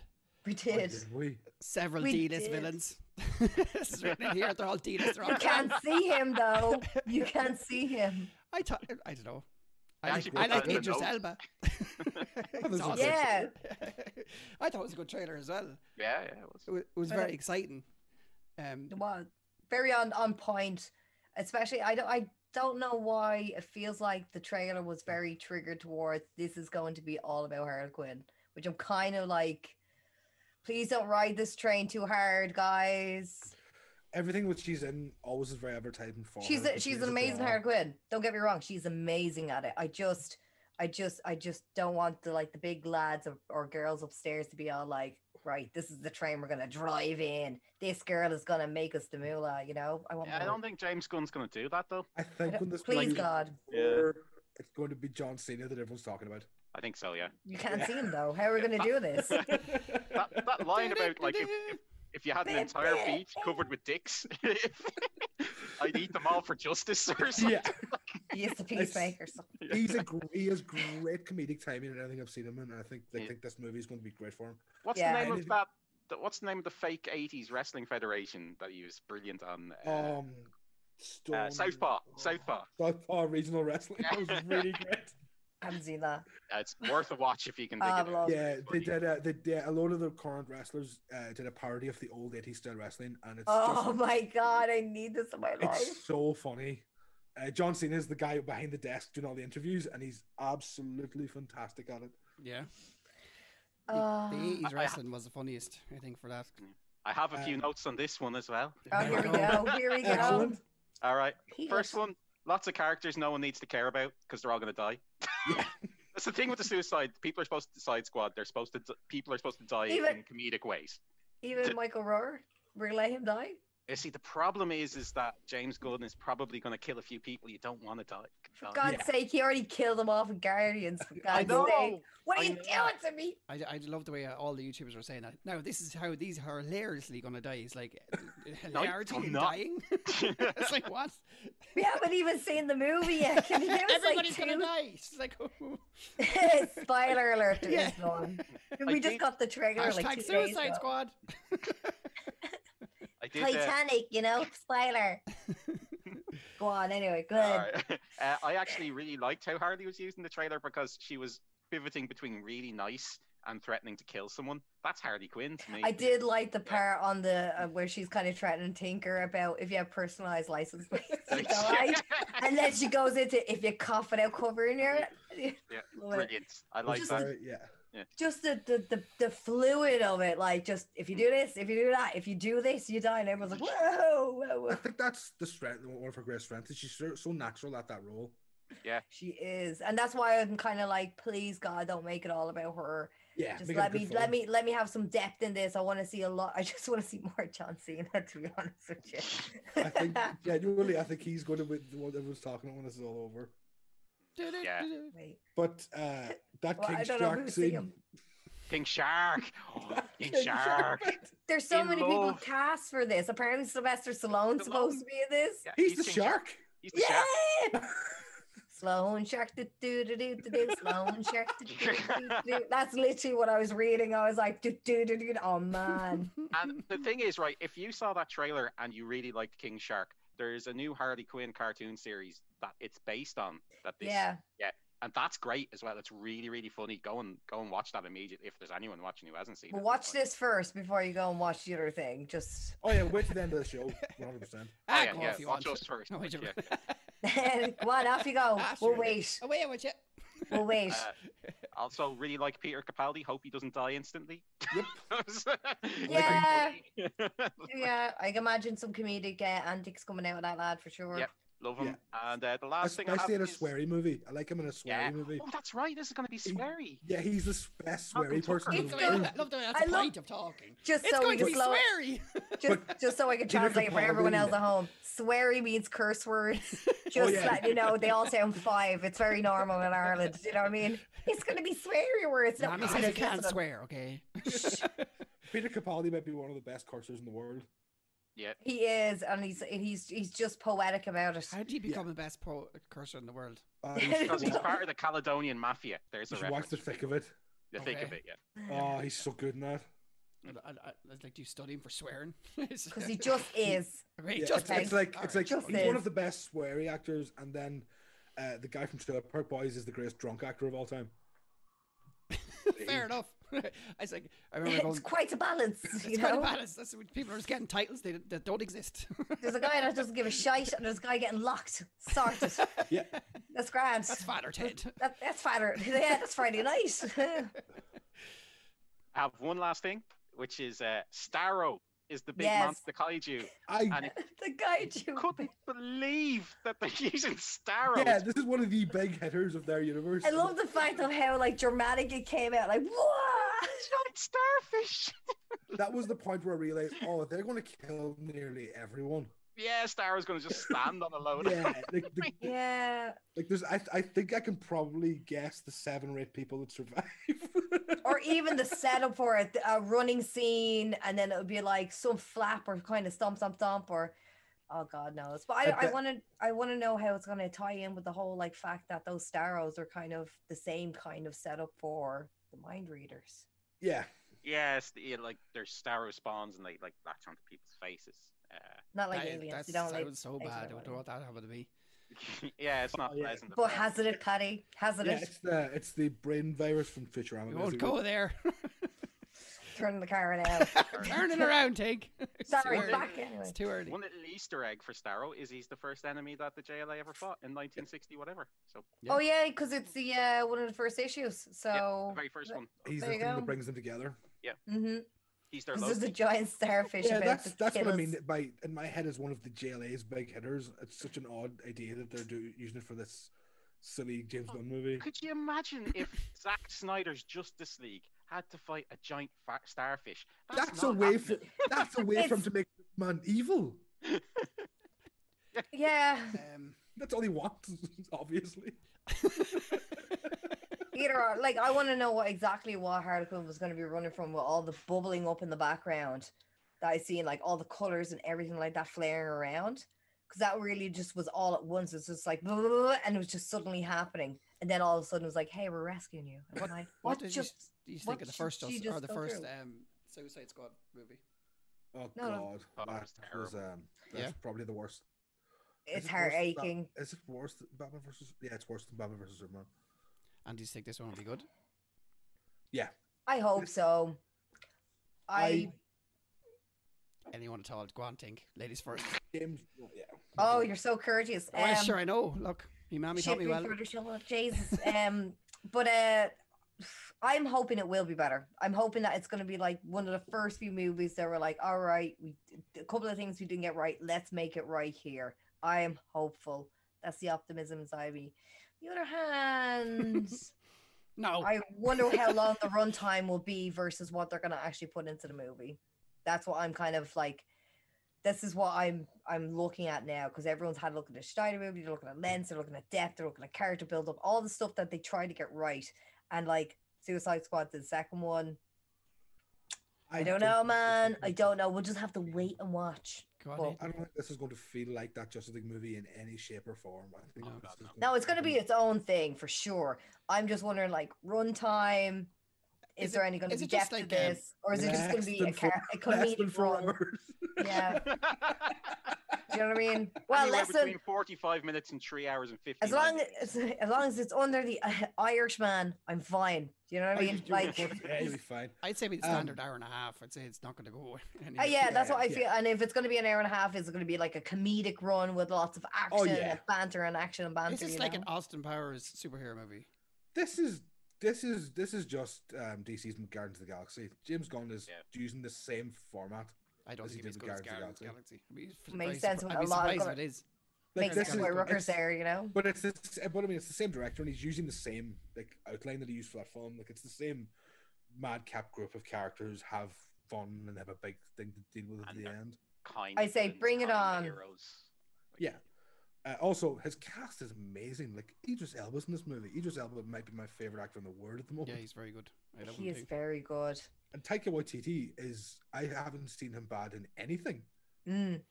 we
Why
did.
did we?
Several
We
D-list
did.
villains. [laughs] this is written in here. They're all D-list. They're all
You can't see him though. You can't see him.
I thought I don't know.
I
I, like-
actually
I
wrote
like
that in a
Idris
note.
Elba.
[laughs]
[laughs]
That
It's
was a
awesome.
good
Yeah.
[laughs] I thought it was a good trailer as well.
yeah, yeah. It was.
It was, it was
I
very
know.
exciting. Um,
Well, very on on point. Especially I don't I don't know why it feels like the trailer was very triggered towards this is going to be all about Harley Quinn, which I'm kind of like, please don't ride this train too hard, guys.
Everything which she's in always is very advertising for.
She's
her,
a,
but she
she's
is
an
a
amazing
draw.
Harley Quinn. Don't get me wrong, she's amazing at it. I just I just I just don't want the like the big lads or, or girls upstairs to be all like, right, this is the train we're gonna drive in. This girl is gonna make us the moolah, you know. I want
Yeah, I
more.
don't think James Gunn's gonna do that though.
I think
don't-
when this
please
movie
God.
is over, it's going to be John Cena that everyone's talking about.
I think so. Yeah.
You can't
Yeah.
see him though. How are we going to do
[laughs]
this?
[laughs]
[laughs]
That that line about like if, if, if you had an entire beach covered with dicks, [laughs] I'd eat them all for justice or something.
yeah,
He's the peacemaker. so-
he's
[laughs]
a gr- he has great comedic timing, and I think I've seen him, and I think I
Yeah.
think this movie is going to be great for him.
What's
Yeah.
the name
[laughs] And
of
if-
that? the- What's the name of the fake '80s wrestling federation that he was brilliant on? Uh,
Um,
uh,
Storm-
Southpaw. Southpaw.
Southpaw regional wrestling. That was
[laughs]
really great.
I haven't seen that.
Uh, it's worth a watch if you can dig
Ah,
it. Out.
love.
Oh. Yeah, they did. Uh, they did a lot of the current wrestlers uh, did a parody of the old 80s style wrestling, and it's
Oh [laughs]
just,
my god, I need this in my life.
it's so funny. Uh, John Cena is the guy behind the desk doing all the interviews, and he's absolutely fantastic at it.
Yeah.
Oh,
the 80s
I- I-
wrestling was the funniest, I think, for that.
I have a few
Uh,
notes on this one as well.
oh, here we go. Here
[laughs]
we go.
Excellent.
All right.
Peter.
First one, lots of characters no one needs to care about because they're all going to die. [laughs] That's the thing with the Suicide. People are supposed to Suicide Squad. They're supposed to. d- People are supposed to die
Even-
in comedic ways.
Even Michael Rohr, we're gonna let him die.
You see, the problem is, is that James Gunn is probably going to kill a few people you don't want to die.
For
die.
God's
Yeah.
sake, he already killed them off in Guardians. For
I
God's sake.
know.
What are
I
you
know.
doing to me?
I, I love the way uh, all the YouTubers were saying that. Now, this is how these are hilariously going to die. It's like, uh,
[laughs] No,
hilariously
I'm not.
dying? [laughs]
[laughs]
it's like,
[laughs]
what?
We haven't even seen the movie yet. Can you give us
Everybody's
like
going
two?
to die. It's like, [laughs]
[laughs] Spoiler alert! There
Yeah.
is one. We
I
just
did-
got the trailer
hashtag
like two days
Suicide
ago.
Squad.
I did. uh,
Titanic, you
[laughs]
know, spoiler. Go on, anyway, good.
Alright. [laughs] Uh, I actually really liked how Harley was used in the trailer because she was pivoting between really nice and threatening to kill someone. That's Harley Quinn to me.
I
[laughs]
did like the
Yeah.
part on the uh, where she's kind of threatening Tinker about if you have personalized license plates,
[laughs]
it's all right. [laughs]
yeah.
And then she goes into if you cough without covering your. [laughs] Love it.
Brilliant. I like
Just-
that.
Sorry, yeah.
Just the, the the the fluid of it, like just if you
Mm.
do this, if you do that, if you do this, you die, and everyone's like, whoa, whoa,
I
[laughs]
whoa.
think that's the strength, one of her great strengths. Is she's so, so natural at that role.
She is, and that's why I'm kind of like, please God, don't make it all about her.
Yeah,
Just
make it a
let
good
me
film.
let me let me have some depth in this. I want to see a lot. I just want to see more John Cena, [laughs] to be honest with you.
I think genuinely, I think he's going to be the one that was talking about when this is all over.
Yeah.
[laughs]
Oh,
Wait.
But uh, that
Eh, Well, I
King
don't know
Shark
who see
scene.
him.
King Shark. Oh, King Shark.
There's so
In
many people
love.
cast for this. Apparently, Sylvester Stallone's supposed to be in this.
Yeah,
He's the
King
shark.
He's the
Yeah. [laughs] Sloan shark do do do do do do. Sloan shark do do do do. That's literally what I was reading. I was like do do do do. Oh man.
And the thing is, right, if you saw that trailer and you really liked King Shark, there's a new Harley Quinn cartoon series that it's based on. That this,
Yeah.
and that's great as well. It's really, really funny. Go and go and watch that immediately if there's anyone watching who hasn't seen
But
it.
watch
Like-
this first before you go and watch the other thing. Just [laughs]
Oh yeah, wait till the end of the show. One hundred
[laughs]
percent.
Ah,
yeah,
go
yeah,
if you
watch
want.
us
[laughs]
first.
No, I
like,
don't-
[laughs] yeah.
go on, off you go. We'll
Absolutely.
wait.
Oh, wait, watch it.
We'll wait.
Uh, also, really like Peter Capaldi. Hope he doesn't die instantly. [laughs]
Yep.
Yeah.
Like-
Yeah, I can imagine some comedic uh, antics coming out of that lad for sure.
Yep. Love him. And uh, the last thing I have
Especially in a
is-
sweary movie. I like him in a sweary
Yeah.
movie.
Oh, that's right. This is going to be
He-
sweary.
Yeah, he's the s- best
Malcolm
sweary person. in
It's
the
going, I
world.
love- love the way that's
I
the
love-
point of talking.
Just
It's
so we
going to
can
be
slow
sweary.
[laughs] just just so I can
Jennifer
translate for everyone else
Connelly.
at home. Sweary means curse words.
[laughs]
Just
Oh, yeah.
let you know, they all sound five. It's very normal in Ireland. You know what I mean? It's gonna be sweary words. No,
Mommy
I
says you
don't
can't
listen.
swear, okay?
Peter Capaldi might be one of the best cursors in the world.
Yeah.
[laughs] He is, and he's and he's he's just poetic about it.
How do you become the best pro cursor in the world?
[laughs]
Uh, you should [laughs]
Because he's
watch-
part of the Caledonian Mafia. There's
you
a
should watch
reference.
the thick of it.
The thick of
Okay.
it, yeah.
Oh, he's so good in that.
I, I, I, like, do you study him for swearing? [laughs]
Because he just is.
Right,
Yeah,
just
it's, it's like it's like
Just
he's one
is.
of the best sweary actors, and then uh, the guy from Trailer Park Boys is the greatest drunk actor of all time.
[laughs] fair enough. I was like, I remember
[laughs] It's
going.
quite a balance, you
It's quite
know.
a balance. That's what people are just getting titles they, that don't exist. [laughs]
There's a guy that doesn't give a shite, and there's a guy getting locked. Sorted.
[laughs] Yeah,
That's grand.
That's
[laughs]
Father Ted.
That, that's Friday. Yeah, [laughs] that's Friday [laughs] night.
I have one last thing, which is uh, Starro is the big
Yes.
monster
[laughs]
kaiju.
I
And it
the guy you
couldn't believe that they're [laughs] using Starro.
yeah, this is one of the big hitters of their universe.
I love the fact of how like dramatic it came out. Like what?
It's like starfish.
that was the point where I realized, oh, they're going to kill nearly everyone.
yeah, Star was going to just stand on a load. of
yeah, like, the,
Yeah.
like there's. I, I think I can probably guess the seven or eight people that survive. [laughs]
Or even the setup for it, a running scene, and then it would be like some flap or kind of stomp, stomp, stomp, or oh god knows. But I,
I
I
bet-
want to, I want to know how it's going to tie in with the whole like fact that those Starros are kind of the same kind of setup for the mind readers.
yeah,
[laughs] Yes, the, yeah, like there's Starro spawns and they like latch onto people's faces. Uh,
Not like
That-
aliens,
that
you don't
sounds
like.
so
they
bad. I
don't
don't know what that happened to me.
Uh, [laughs] yeah, it's not
Oh, yeah.
pleasant.
But hazard it, Paddy. Hazard
yeah.
it.
It's the it's the brain virus from
We
Futurama. basically.
won't go
[laughs]
there. [laughs]
Turning the car around.
Turn it around, Tig. [laughs] It's
Sorry,
too early.
back anyway.
It's too early.
One little Easter egg for Starro is he's the first enemy that the JLA ever fought in 1960 whatever. So
Yeah.
Oh yeah, because it's the uh, one of the first issues.
the
So
very first one,
He's
There
the
you
thing
go.
that brings them together.
Mhm,
he's their
'cause there's a
Loki.
giant starfish.
Yeah,
about
that's
to
that's what
kill
I
us.
mean. By in my head is one of the JLA's big hitters. It's such an odd idea that they're do, using it for this silly James
Oh,
Bond movie.
Could you imagine if Zack Snyder's Justice League had to fight a giant fa- starfish?
That's a
not
way. For,
happening.
that's a way for him
It's-
to make man evil.
Yeah,
[laughs]
Um,
That's all he wants, [laughs] obviously.
Um, [laughs]
either or. Like, I want to know what exactly what Harlequin was going to be running from with all the bubbling up in the background that I see, and like all the colors and everything like that flaring around. Because that really just was all at once. It's just like, [laughs] blah, blah, blah, and it was just suddenly happening. And then all of a sudden, it was like, "Hey, we're rescuing you." And
What-
I'm like,
what
"What
did you
just?"
do you
What
think of the
should
first
she
Just-
just
or the
go
first
through?
um, Suicide Squad movie?
Oh
No, no.
God,
Oh,
that
it's
was
terrible.
um, that's
Yeah.
probably the worst.
It's
Is it worse than Bat-
heart-aching.
Is it worse than Batman versus? Yeah, it's worse than Batman versus Superman.
And do you think this one will be good?
I hope so. I
I-
Anyone at all? Go on, Tink. Ladies
[laughs]
first.
James, oh, yeah.
oh, you're so courteous.
oh, yeah,
Um,
sure, I know. Look, your mammy taught
Shit
me
me
well.
for the shovel, Jesus. um, but uh, I'm hoping it will be better. I'm hoping that it's going to be like one of the first few movies that were like, all right, we a couple of things we didn't get right. Let's make it right here. I am hopeful. That's the optimism inside me. On The other hand,
No.
I wonder how long the runtime will be versus what they're going to actually put into the movie. That's what I'm kind of like. This is what I'm I'm looking at now because everyone's had a look at the Schneider movie. They're looking at lens. They're looking at depth. They're looking at character build up. All the stuff that they try to get right. And like Suicide Squad, the second one. I don't know,
think
man.
this
I
is-
don't know. We'll just have to wait and watch.
Go on,
well,
Aidan.
I don't think this is going to feel like that Justice League movie in any shape or form. I think
Oh,
this
God,
is
no.
No, it's going to be its own thing for sure. I'm just wondering, like runtime. Is,
Is
there
it-
any going to
is
be
it just
depth to
like, um,
this, or is it just going
less
to be
than
a,
four-
car- a
less than
comedic
four
run?
hours.
Yeah. Do you know what I mean? Well,
Anywhere
less than
between 45 minutes and three hours and 50.
as long as as long as it's under the uh, Irishman, I'm fine. Do you know
Oh, [laughs]
what I mean? Like,
yeah, you'll be fine.
[laughs] I'd say with the
Um,
standard hour and a half. I'd say it's not going to go. [laughs]
uh,
anywhere.
yeah, that's what I
Yeah.
feel. And if it's going to be an hour and a half, it's going to be like a comedic run with lots of action
Oh, yeah.
and banter and action and banter.
This is
you
like
know?
an Austin Powers superhero movie.
This is this is this is just um, DC's Guardians of the Galaxy. James Gunn is
Yeah.
using the same format.
I don't
As
think
he
it's
did
good as
with
Guardians
Guardians
of
of
the Galaxy. I'd be f-
Makes
very surpri-
sense with
I'd
a
be
lot of
surprised
colour.
if it is.
Like
makes
this
sense
is-
why Rooker's
it's-
there, you know.
But it's this, but I mean, it's the same director, and he's using the same like outline that he used for that film. Like it's the same madcap group of characters have fun and have a big thing to deal with at
And
the
they're-
end.
kind
I say,
villains,
bring it
kind
on.
Heroes. Like,
Yeah. Uh, also, his cast is amazing. Like Idris Elba's in this movie. Idris Elba might be my favorite actor in the world at the moment.
Yeah, he's very good. I love
He
him
is
too.
very good.
And Taika Waititi is. I haven't seen him bad in anything.
Mm.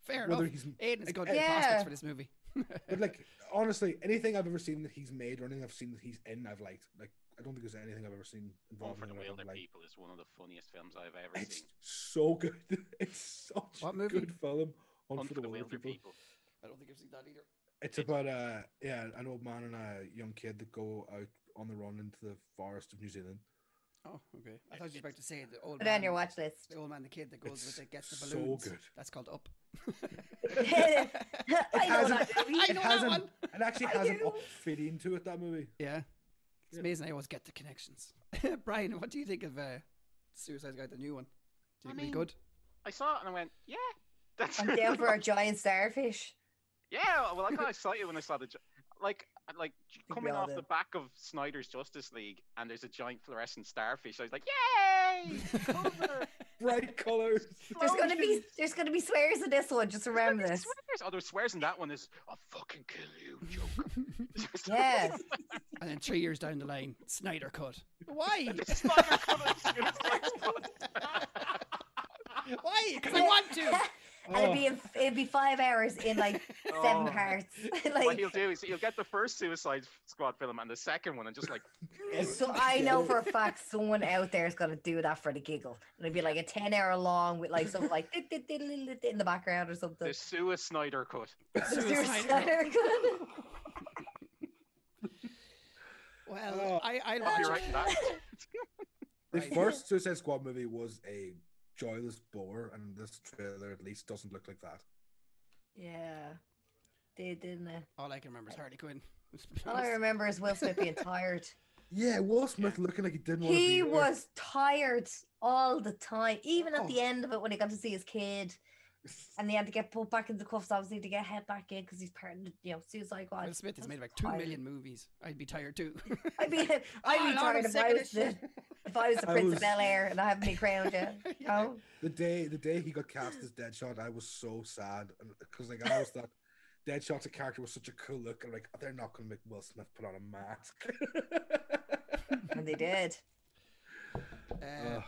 Fair
Whether
enough.
he's
Aiden's got
Yeah.
good prospects for this movie. [laughs]
But like honestly, anything I've ever seen that he's made or anything I've seen that he's in, I've liked. Like I don't think there's anything I've ever seen
One
involved
for
in
the
it I
Wilder
haven't liked.
People is one of the funniest films I've ever
It's
seen.
so good. [laughs] It's such
What
a
movie?
good film. On
Hunt
for the Wilder people.
I don't think I've seen that either.
It's about uh yeah an old man and a young kid that go out on the run into the forest of New Zealand.
Oh, okay. I thought you were about to say the old
Put it
man.
Um,
on your watch list.
The old man, the kid that goes with
It's
it, gets the
so
balloons.
good.
That's called Up. [laughs]
[laughs] I know
has
that
a-
movie.
I
It
know
has
that
an-
one.
It actually
I
has an
do.
up feeding to it. That movie.
Yeah. It's
Yeah.
amazing. I always get the connections. [laughs] Brian, what do you think of uh, Suicide Squad, the new one? Do you think it'll
I
be
mean-
good?
I saw it and I went, yeah. That's [laughs]
I'm down for a giant starfish.
Yeah, well, I got excited when I saw the gi- like
[laughs]
like j-
we
coming
all
off the
did.
back of Snyder's Justice League, and there's a giant fluorescent starfish. I was like, yay! Yay!
[laughs]
Cover!
bright colors.
Oh,
There's gonna be there's gonna be swears in this one. Just remember this.
Swears. Oh, there's swears in that one. Is I'll fucking kill you, [laughs] Joker. [laughs]
Yeah.
[laughs] And then three years down the line, Snyder cut. Why?
The spider colours, you know, it's like-
[laughs]
Why? Because I want to.
and it'd
Oh,
be in- it'd be five hours in like seven
Oh.
parts. [laughs]
what he'll
like
do is he'll get the first Suicide Squad film and the second one, and just like
so, I know for a fact someone out there is gonna do that for the giggle. It'd be like a ten hour long with like something like "Dit, dit, dit, dit, dit," in the background or something.
the Sue Snyder cut.
Is there a
Suicide
Snyder Cut?
Well,
Oh.
I, I
You're
watch
right
it.
in that.
The
Right.
first Suicide Squad movie was a joyless bore, and this trailer at least doesn't look like that.
[laughs] yeah. They didn't it?
All I can remember is Harley Quinn. [laughs] Let's be
All I
honest.
remember is Will Smith
[laughs]
being tired.
Yeah, Will Smith looking like he didn't want to be
He
there.
was tired all the time, even at
Oh.
the end of it when he got to see his kid,
[laughs]
and he had to get pulled back in the cuffs, obviously, to get head back in because he's part of the, you know suicide squad.
Will Smith has
That's
made like two
tired.
million movies. I'd be tired too. [laughs]
[laughs] I'd be, I'd be
Oh, Lord, I'm
tired if
sick
I
of
was
this
the if I was the
I
Prince
was-
of Bel Air and I haven't been crowned [laughs] yet.
[laughs] Yeah.
No,
the day the day he got cast as Deadshot. I was so sad because like I was that Deadshot's a character with such a cool look, and like they're not going to make Will Smith put on a mask. [laughs]
and they did.
Uh,
Ugh.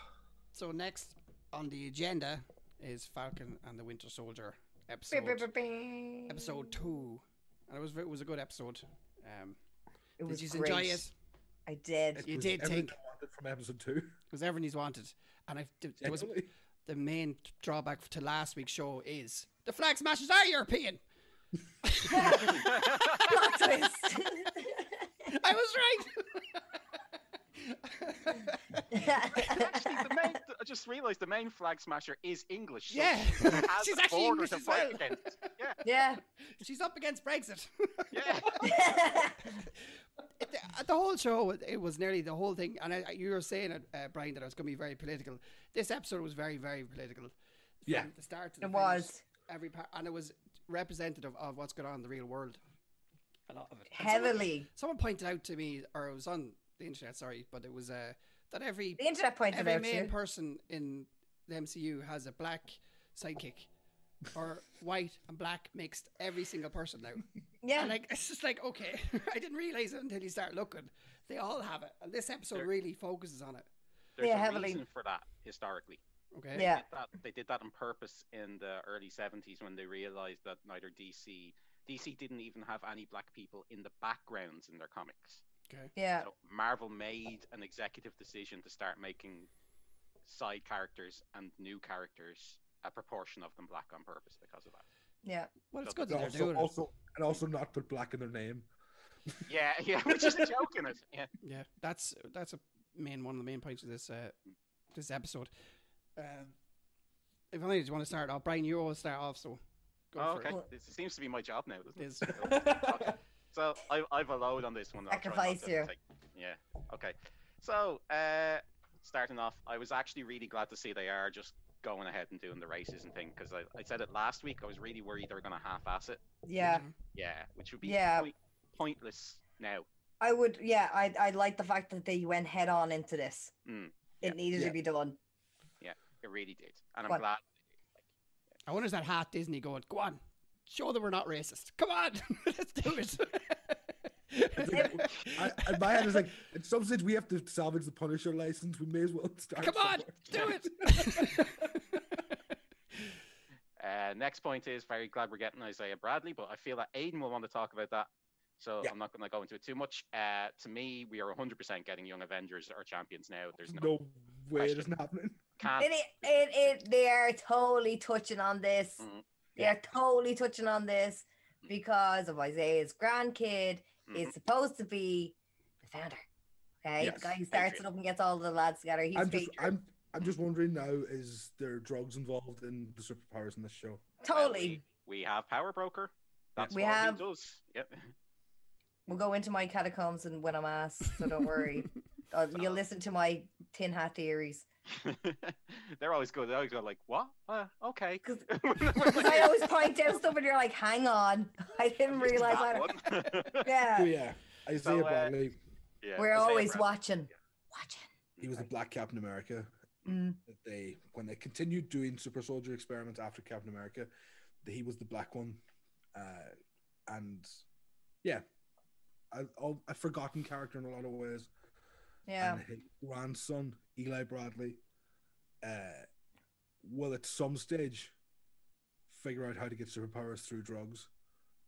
so next on the agenda is Falcon and the Winter Soldier
Bing, bing,
episode
bing, bing.
episode two, and it was it was a good episode. Um,
It was
did you
great.
enjoy it?
I did.
It
You
was
did
everything
take-
I wanted from episode two.
Because everyone he's wanted, and I there there was
genuinely.
the main drawback to last week's show is the flag smashers are European.
[laughs] Plot twist.
I was right.
[laughs]
[laughs] Actually, the main, I just realised the main flag smasher is English. so
Yeah.
she has
[laughs] She's
a
actually
border
English
to
as
fight
well.
against. Yeah,
yeah.
She's up against Brexit.
yeah.
[laughs]
It- the, the whole show it- it was nearly the whole thing and I, I- you were saying it uh, brian that it was going to be very political this episode was very very political
Yeah.
from the start to the
It
finish,
was
every part and it was representative of what's going on in the real world a lot of it And someone-
heavily.
someone, pointed out to me or it was on the internet sorry but it was uh, that every
The internet pointed
every
out
main
you.
person in the mcu has a black sidekick or [laughs] white and black mixed every single person now
Yeah.
and like [laughs] it's just like okay, I didn't realize it until you start looking. They all have it, and this episode
Sure.
really focuses on it.
There's
Yeah,
a
heavily.
reason for that historically.
Okay.
Yeah.
did that, they did that on purpose in the early 70s when they realized that neither DC DC didn't even have any black people in the backgrounds in their comics.
Okay.
Yeah.
So Marvel made an executive decision to start making side characters and new characters a proportion of them black on purpose because of
[laughs]
that.
Yeah.
Well, it's
So
good
And
that they're
also,
doing it.
also, and also not put black in their
[laughs]
name.
Yeah, yeah, which is a joke in it. Yeah.
Yeah, that's that's a main one of the main points of this uh, this episode. Um, if only you want to start off, Brian, you always start off, so go
Oh,
for
okay.
it.
Well-
This seems to be my job now, doesn't it? [laughs]
Is-
okay. So I, I've a load on this one. I'll try not
Sacrifice
to
you.
take- Yeah. Okay. So uh, starting off, I was actually really glad to see they are just going ahead and doing the races and thing because I, I said it last week. I was really worried they were going to half-ass it.
Yeah.
Mhm.
Yeah, which would be
Yeah.
point- pointless now.
I would. Yeah. I I like the fact that they went head on into this.
Mm, yeah.
It needed
Yeah.
to be done.
It really did, and I'm
What?
glad.
I wonder is that half Disney going? Go on, show that we're not racist. Come on, [laughs] let's do it.
I, and my head is like, at some stage, we have to salvage the Punisher license. We may as well start.
Come on, do
somewhere.
it.
Uh, next point is very glad we're getting Isaiah Bradley, but I feel that Aiden will want to talk about that. So
Yeah.
I'm not going to go into it too much. Uh, to me, we are 100% getting Young Avengers or champions now. There's no,
No way, it
question.
isn't happening.
can't
It, it, it, it, they are totally touching on this.
Mhm.
They
Yeah.
are totally touching on this
Mm.
because of Isaiah's grandkid
Mhm.
is supposed to be the founder. Okay,
Yes,
the guy who starts it
Patriot.
up and gets all the lads together. He's
I'm just,
Patriot.
I'm, I'm just wondering now: is there drugs involved in the superpowers in this show?
Well,
totally.
we, we have Power Broker. That's
We
what
have-
he does. Yep. [laughs]
We'll go into my catacombs and when I'm asked, so don't
[laughs]
worry. Uh, you'll listen to my tin hat theories.
They're always good. They always go like, "What? Uh, okay." [laughs]
'Cause- [laughs]
Like,
'Cause I always point out stuff and you're like, hang on. [laughs] I didn't
"Missed
realize
that
I [laughs]
one." [laughs]
Yeah.
Oh [laughs] yeah, Isaiah
uh,
Bradley.
Yeah,
We're
Isaiah
always
Bradley.
watching. Watching.
[laughs]
He was the Black Captain America
Mm.
that they when they continued doing super soldier experiments after Captain America, that he was the black one, uh, and yeah, I, I'll- I've forgotten character in a lot of ways.
Yeah.
And his grandson Eli Bradley uh, will at some stage figure out how to get superpowers through drugs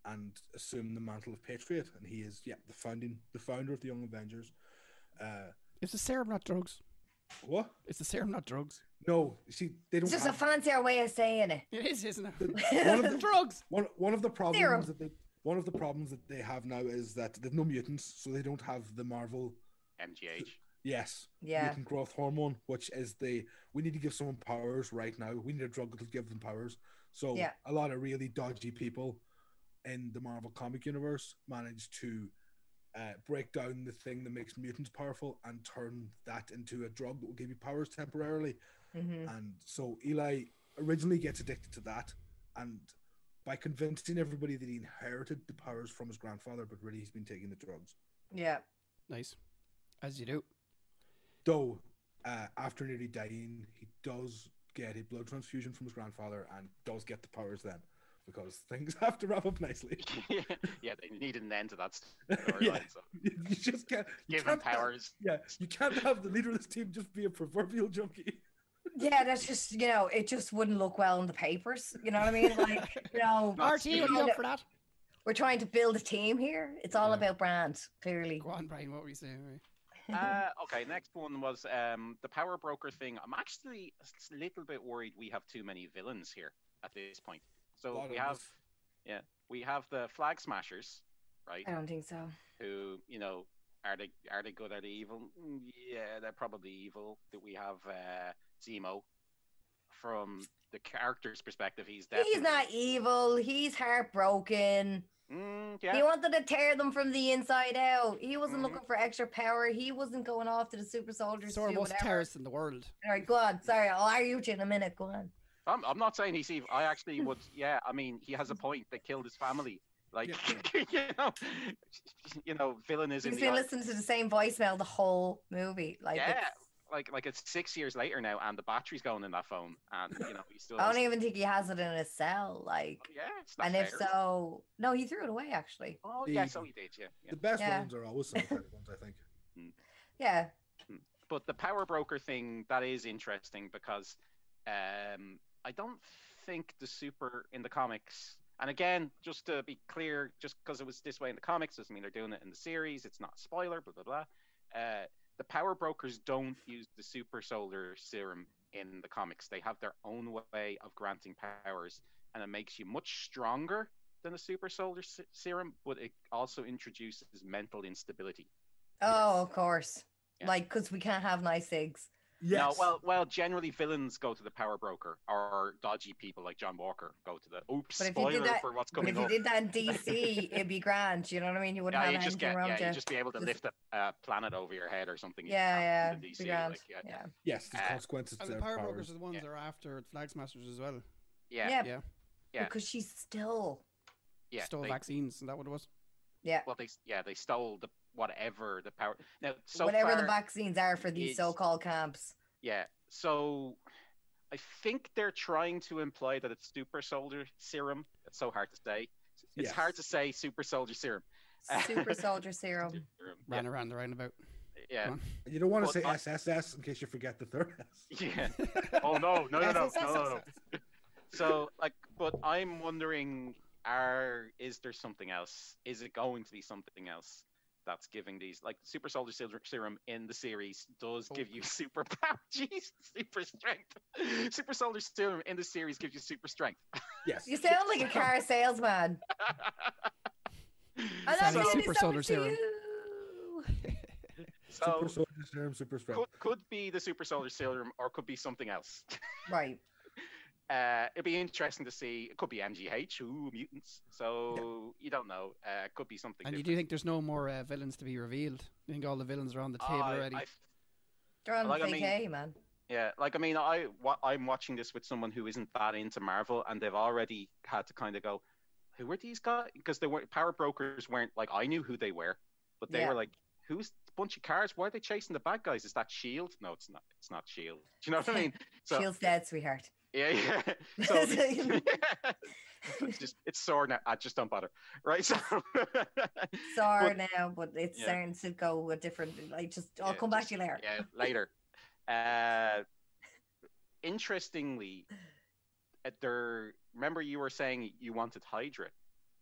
and assume the mantle of patriot and he is yeah the founding the founder of the young avengers uh
[laughs] It's the serum, not drugs.
what
It's the serum, not drugs.
no you see they don't
It's just a
have-
fancier way of saying it.
It is, isn't
the-
it? [laughs]
one [laughs] of the
drugs.
One one of the problems
Zero.
that they one of the problems that they have now is that they've no mutants, so they don't have the Marvel
MGH.
yes
[laughs]
[laughs]
Yeah.
mutant growth hormone, which is the we need to give someone powers right now. We need a drug that'll give them powers. So
Yeah.
a lot of really dodgy people in the Marvel comic universe manage to uh, break down the thing that makes mutants powerful and turn that into a drug that will give you powers temporarily.
hmm
And so Eli originally gets addicted to that, and by convincing everybody that he inherited the powers from his grandfather, but really he's been taking the drugs.
Yeah.
Nice. As you do.
Though, uh, after nearly dying, he does get a blood transfusion from his grandfather and does get the powers then, because things [laughs] have to wrap up nicely.
[laughs]
[laughs]
yeah, they needed an end to that
Yeah.
storyline. So
you just can't you
give him
can't have-
powers.
yeah, you can't have the leader of this team just be a proverbial
[laughs]
junkie.
Yeah, that's just, you know, it just wouldn't look well in the papers. You know what I mean? Like, you know,
Not
RT would be
Steve.
up for that.
we're trying to build a team here. It's all
Yeah.
about brand, clearly.
Go on, Brian. What were you saying? Right?
Uh, okay, next one was um, the power broker thing. I'm actually a s- little bit worried we have too many villains here at this point. So
Lot
we
of
have
us-
we have the flag smashers, right?
I don't think so.
who you know are they are they good are they evil Mm, yeah they're probably evil that we have uh zemo from the character's perspective he's definitely
He's not evil. He's heartbroken.
mm, yeah
He wanted to tear them from the inside out. He wasn't
Mhm.
looking for extra power. He wasn't going off to the super soldiers.
So are
to do
most
whatever.
terrorists in the world.
All right, go on. Sorry, I'll argue with you in a minute. Go on.
I'm, I'm not saying he's evil i actually would yeah i mean he has a point they killed his family like [laughs] you know you know villain is in
He's
the
been
eye-
listening to the same voicemail the whole movie. Like,
Yeah.
it's-
like like it's six years later now and the battery's going in that phone and you know
[laughs]
he's still
I don't even think he has it in his cell. Like,
Oh, yeah it's not
and if
fair.
so, no, he threw it away actually.
oh yeah
The-
so he did yeah, yeah.
The best
Yeah.
ones are always some of the better ones, I think.
Yeah,
but the power broker thing that is interesting because um, I don't think the super in the comics. And again, just to be clear, just because it was this way in the comics doesn't mean they're doing it in the series. It's not a spoiler. Blah blah blah. Uh, the power brokers don't use the super solar serum in the comics. They have their own way of granting powers, and it makes you much stronger than the super solar se- serum. But it also introduces mental instability.
Oh, of course.
Yeah.
Like, because we can't have nice things.
Yes.
[laughs] No, well, well, generally villains go to the power broker, or dodgy people like John Walker go to the. Oops,
But if you did
spoiler
that-
for what's
But
coming
if you
up.
did that in
[laughs]
DC, it'd be grand. You know what I mean? You wouldn't
Yeah,
have
you
anything
just get
around
yeah,
you.
you just be able to
Just-
lift a uh, planet over your head or something.
yeah, yeah,
in
it'd
DC,
be grand.
like, yeah,
yeah.
yes, there's
Uh,
consequences
And
to
the
their
power
powers.
brokers are the ones
Yeah.
that are after flag smashers as well.
yeah,
Yeah.
Yeah.
Yeah.
Because she's still.
yeah,
Stole
they-
vaccines. Is that what it was?
Yeah.
well, they yeah they stole the whatever the power. Now, so
whatever the
far-
vaccines are for these
is-
so called camps.
Yeah. So I think they're trying to imply that it's super soldier serum. It's so hard to say. It's
Yes.
hard to say super soldier serum. [laughs]
Super soldier serum.
Serum,
Ran around the roundabout.
Yeah.
Come
And You don't want to
Well,
say
I-
SSS in case you forget the third
[laughs]
S.
Yeah. Oh no, no, no, no, no, no, no.
SSS.
So like, but I'm wondering, are is there something else? Is it going to be something else that's giving these like super soldier Sil- serum in the series does give you super [laughs] power? Jeez, super strength. Super soldier serum in the series gives you super strength.
Yes.
You sound like a car salesman. And
Sounds
I'm
like
really
so,
super
sorry
soldier
to
serum.
you.
so
super soldier serum, super strength.
could, could be the super soldier serum or could be something else.
Right.
Uh, it'd be interesting to see. It could be MGH, ooh, mutants. So you don't know. Uh, it could be something.
And you
different.
do think there's no more uh, villains to be revealed? You think all the villains are on the table
I-
already?
I-
They're on
Like, I mean-
vacay, man.
yeah, like I mean, I wa- I'm watching this with someone who isn't that into Marvel, and they've already had to kind of go, "Who were these guys?" Because they weren't power brokers weren't like I knew who they were, but they
Yeah.
were like, "Who's bunch of cars. Why are they chasing the bad guys? Is that Shield? E No, it's not. It's not Shield. Do you know what I mean? So
Shield's dead, sweetheart.
yeah, yeah. So it's, [laughs] it's just it's sore now. I just don't bother. Right. So
[laughs]
[laughs]
Sorry now, but it's
Yeah.
starting to go a different. Like, just I'll
Yeah,
come back to
just-
you later.
yeah, later. Uh, interestingly, at their remember you were saying you wanted Hydra.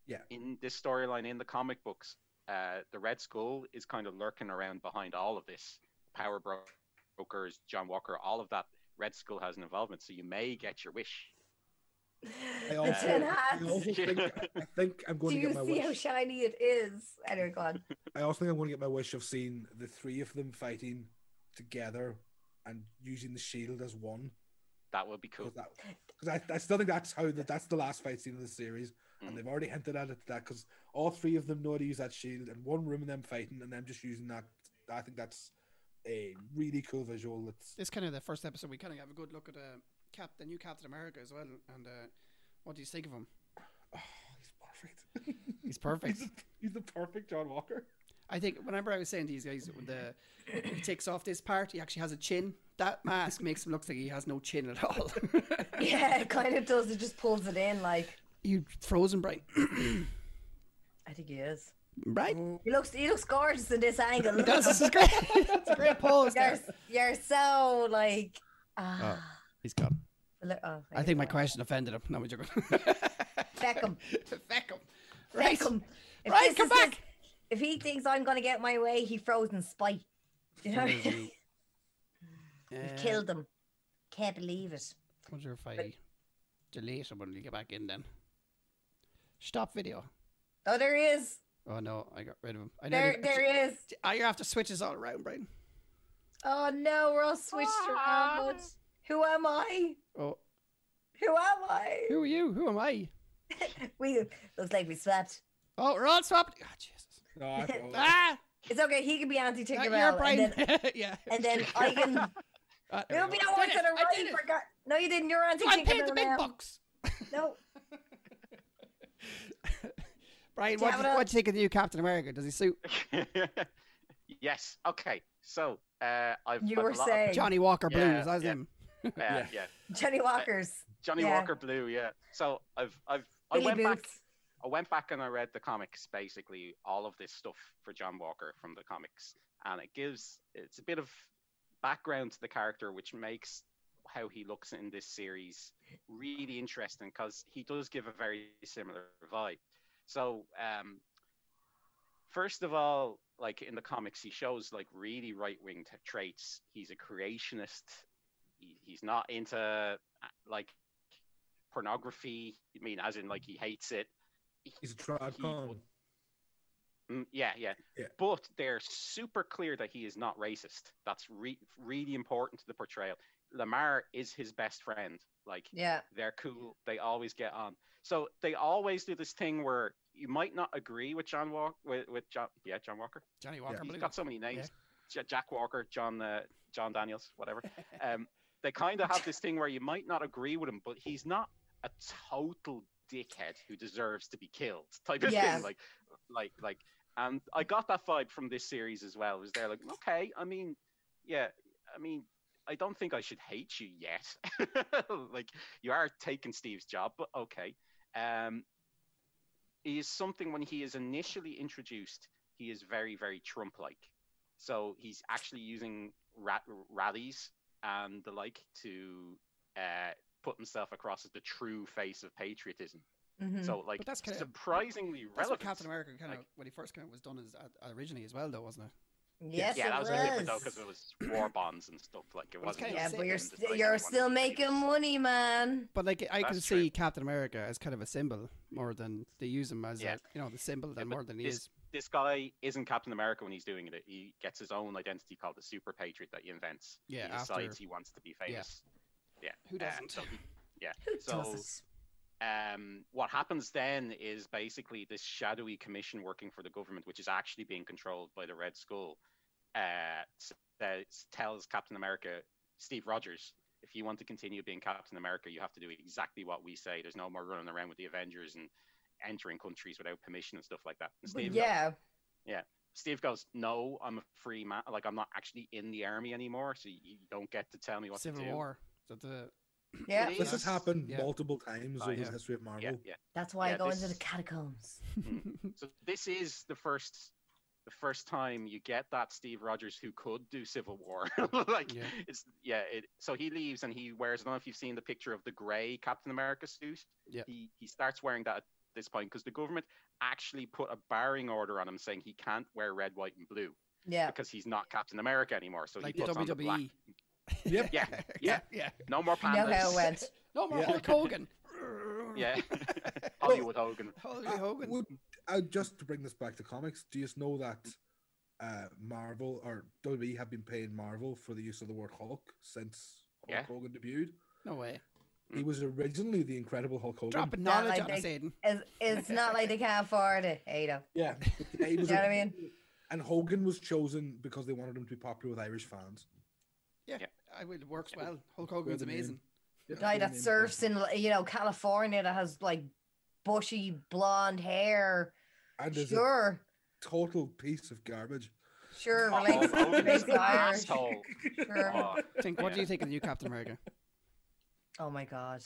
Yeah.
In this storyline in the comic books, uh, the Red Skull is kind of lurking around behind all of this. Power Bro- brokers, John Walker, all of that. Red Skull has an involvement, so you may get your wish.
I
the
also,
tin
I
hats.
also think, I think I'm
[laughs]
going
Do
to
you
get my
see how
wish.
shiny it is? Anyway, go
[laughs]
on.
I also think I'm going to get my wish of seeing the three of them fighting together and using the shield as one.
That would be cool. [laughs]
Because I, I still think that's how the, that's the last fight scene of the series,
Mm.
and they've already hinted at it that because all three of them know how to use that shield in one room and them fighting and them just using that. I think that's a really cool visual. That's
This kind of the first episode. We kind of have a good look at uh, Cap, the new Captain America as well. And uh, what do you think of him?
oh, he's perfect.
He's perfect.
[laughs] he's, the, he's the perfect John Walker.
I think whenever I was saying to these guys, when the he takes off this part, he actually has a chin. That mask makes him look like he has no chin at all. [laughs]
Yeah, it kind of does. It just pulls it in. Like,
you frozen [clears throat] bright,
I think he is.
right?
Oh,
He looks. He looks gorgeous in this angle. Look
That's,
at
that's great. That's a great pose.
him.
There.
You're, you're so like. Ah.
He's gone.
Look- oh,
I think my
didn't know.
question offended him. No, I'm joking. [laughs]
Beckham.
Beckham. Right.
Beckham. If
Right,
this
come
is his-
back.
if he thinks I'm gonna get my way, he froze in spite. Do you know? what I [laughs] mean?
Uh,
We've killed him. Can't believe it.
wonder if I
But-
delete him when we get back in then. Stop video.
Oh, there he is.
Oh no, I got rid of him. I
There,
nearly-
there he is.
Ah, you have to switch this all around, Brian.
Oh no, we're all switched around. Bud. Who am I?
Oh,
Who am I?
who are you? Who am I?
We looks like we slept.
Oh, we're all swapped. Ah, Jesus.
No, I, oh,
[laughs] Ah,
It's okay. He can be Auntie
ah,
Tinkerbell,
you're
and
Brian.
[laughs]
then,
[laughs] yeah.
and then I can.
Ah, there
You'll
we
be
go.
on one
Did
to
it,
the
I did
right.
it.
Forgot. No, you didn't. You're Auntie
I paid the
Tinkerbell
big
now.
bucks.
No,
Brian,
Do you
what
have
do
it
you,
on?
what do you think of the new Captain America? Does he suit
yes. Okay. So uh, I've
you
I've
were
a lot of-
saying [laughs] Johnny,
Johnny Walker
Yeah,
Blues? That's
yeah.
him.
uh,
[laughs] Yeah.
yeah.
Walker's
Johnny
Yeah.
Walker Blue, yeah. So I've I've I
Billy
went back
Boots.
I went back and I read the comics basically all of this stuff for John Walker from the comics and it gives it's a bit of background to the character which makes how he looks in this series really interesting because he does give a very similar vibe. So um first of all like in the comics he shows like really right-wing t- traits he's a creationist he, he's not into uh, like pornography i mean as in like he hates it
he's a trad
He-
con.
Mm, yeah, yeah,
Yeah.
But they're super clear that he is not racist. That's re- really important to the portrayal. Lamar is his best friend. Like
Yeah,
they're cool. They always get on. So they always do this thing where you might not agree with John Walker. With, with John, yeah, John Walker.
Johnny Walker
He's
Blues.
got so many names. Ja- Jack Walker, John, uh, John Daniels, whatever. Um, they kind of have this thing where you might not agree with him, but he's not a total dickhead who deserves to be killed type of
Yeah.
thing. Like, like, like. And I got that vibe from this series as well. It was there like, okay, I mean, yeah, I mean, I don't think I should hate you yet. [laughs] like, you are taking Steve's job, but okay. Um, he is something when he is initially introduced, he is very, very Trump like. So he's actually using ra- rallies and the like to uh, put himself across as the true face of patriotism.
hmm
So, like,
But that's kinda-
surprisingly
That's what
relevant.
Captain America kind of
Like-
when he first came out was done as, uh, originally as well though, wasn't it?
yes,
yeah,
it
that was,
was.
a different though because
[clears throat]
it was war bonds and stuff. Like it
But it's
wasn't.
kinda
yeah,
was
but you're
sick.
just
st-
like
you're
everyone
still
was
making
famous.
money, man.
But like I can
That's
see
true.
Captain America as kind of a symbol more than they use him as
Yeah.
a you know the symbol than
but
more than he
this-
is.
This guy isn't Captain America when he's doing it. He gets his own identity called the Super Patriot that he invents.
Yeah,
he
after-
decides he wants to be famous.
Who
Uh,
doesn't?
so he- yeah.
Who
so
does
um, what happens then is basically this shadowy commission working for the government, which is actually being controlled by the Red Skull, uh, s- says- tells Captain America, Steve Rogers, if you want to continue being Captain America, you have to do exactly what we say. There's no more running around with the Avengers and entering countries without permission and stuff like that. And
it?
Steve goes,
Yeah,
Steve goes, "No, I'm a free man. Like I'm not actually in the army anymore, so you don't get to tell me what
Civil
to do."
War. So the
Yeah,
It
This has
is.
happened
Yeah.
multiple times
Oh,
over
yeah.
the history of Marvel.
Yeah, yeah.
that's why I
Yeah,
go
this-
into the catacombs.
Hmm. [laughs]
So this is the first the first time you get that Steve Rogers who could do Civil War. [laughs] like
Yeah.
it's yeah, it so he leaves and he wears I don't know if you've seen the picture of the grey Captain America suit.
Yeah.
He he starts wearing that at this point because the government actually put a barring order on him saying he can't wear red, white, and blue
Yeah,
because he's not Captain America anymore. So
like E.
he
the
puts on the black.
WWE.
Yep.
Yeah, yeah.
yeah.
No more
you know
pandas.
how it went.
No more
Yeah.
Hulk Hogan. [laughs]
yeah. [laughs] Hollywood Hogan.
Holy
Uh,
Hogan.
would, uh, just to bring this back to comics, do you know that uh, Marvel or WWE have been paying Marvel for the use of the word Hulk since Hulk
Yeah.
Hogan debuted?
no way.
He was originally the Incredible Hulk Hogan.
Dropping
Yeah,
knowledge
like
on
they-
us, Aiden.
It's, it's not like they can't afford it, Ada.
[laughs] Yeah, but yeah, he
[laughs] You
was
know what I
originally-
mean?
And Hogan was chosen because they wanted him to be popular with Irish fans.
I will- It works well. Hulk Hogan's
Good man.
amazing.
Yeah,
guy
Hogan
that
named
surfs
him.
in you know California that has like bushy blonde hair.
and is a
Sure,
total piece of garbage.
sure,
Oh,
relates
Hogan is
relates
an
to Irish.
asshole.
Sure. Oh.
Oh,
Think, what do
Yeah.
you think of the new Captain America?
my god,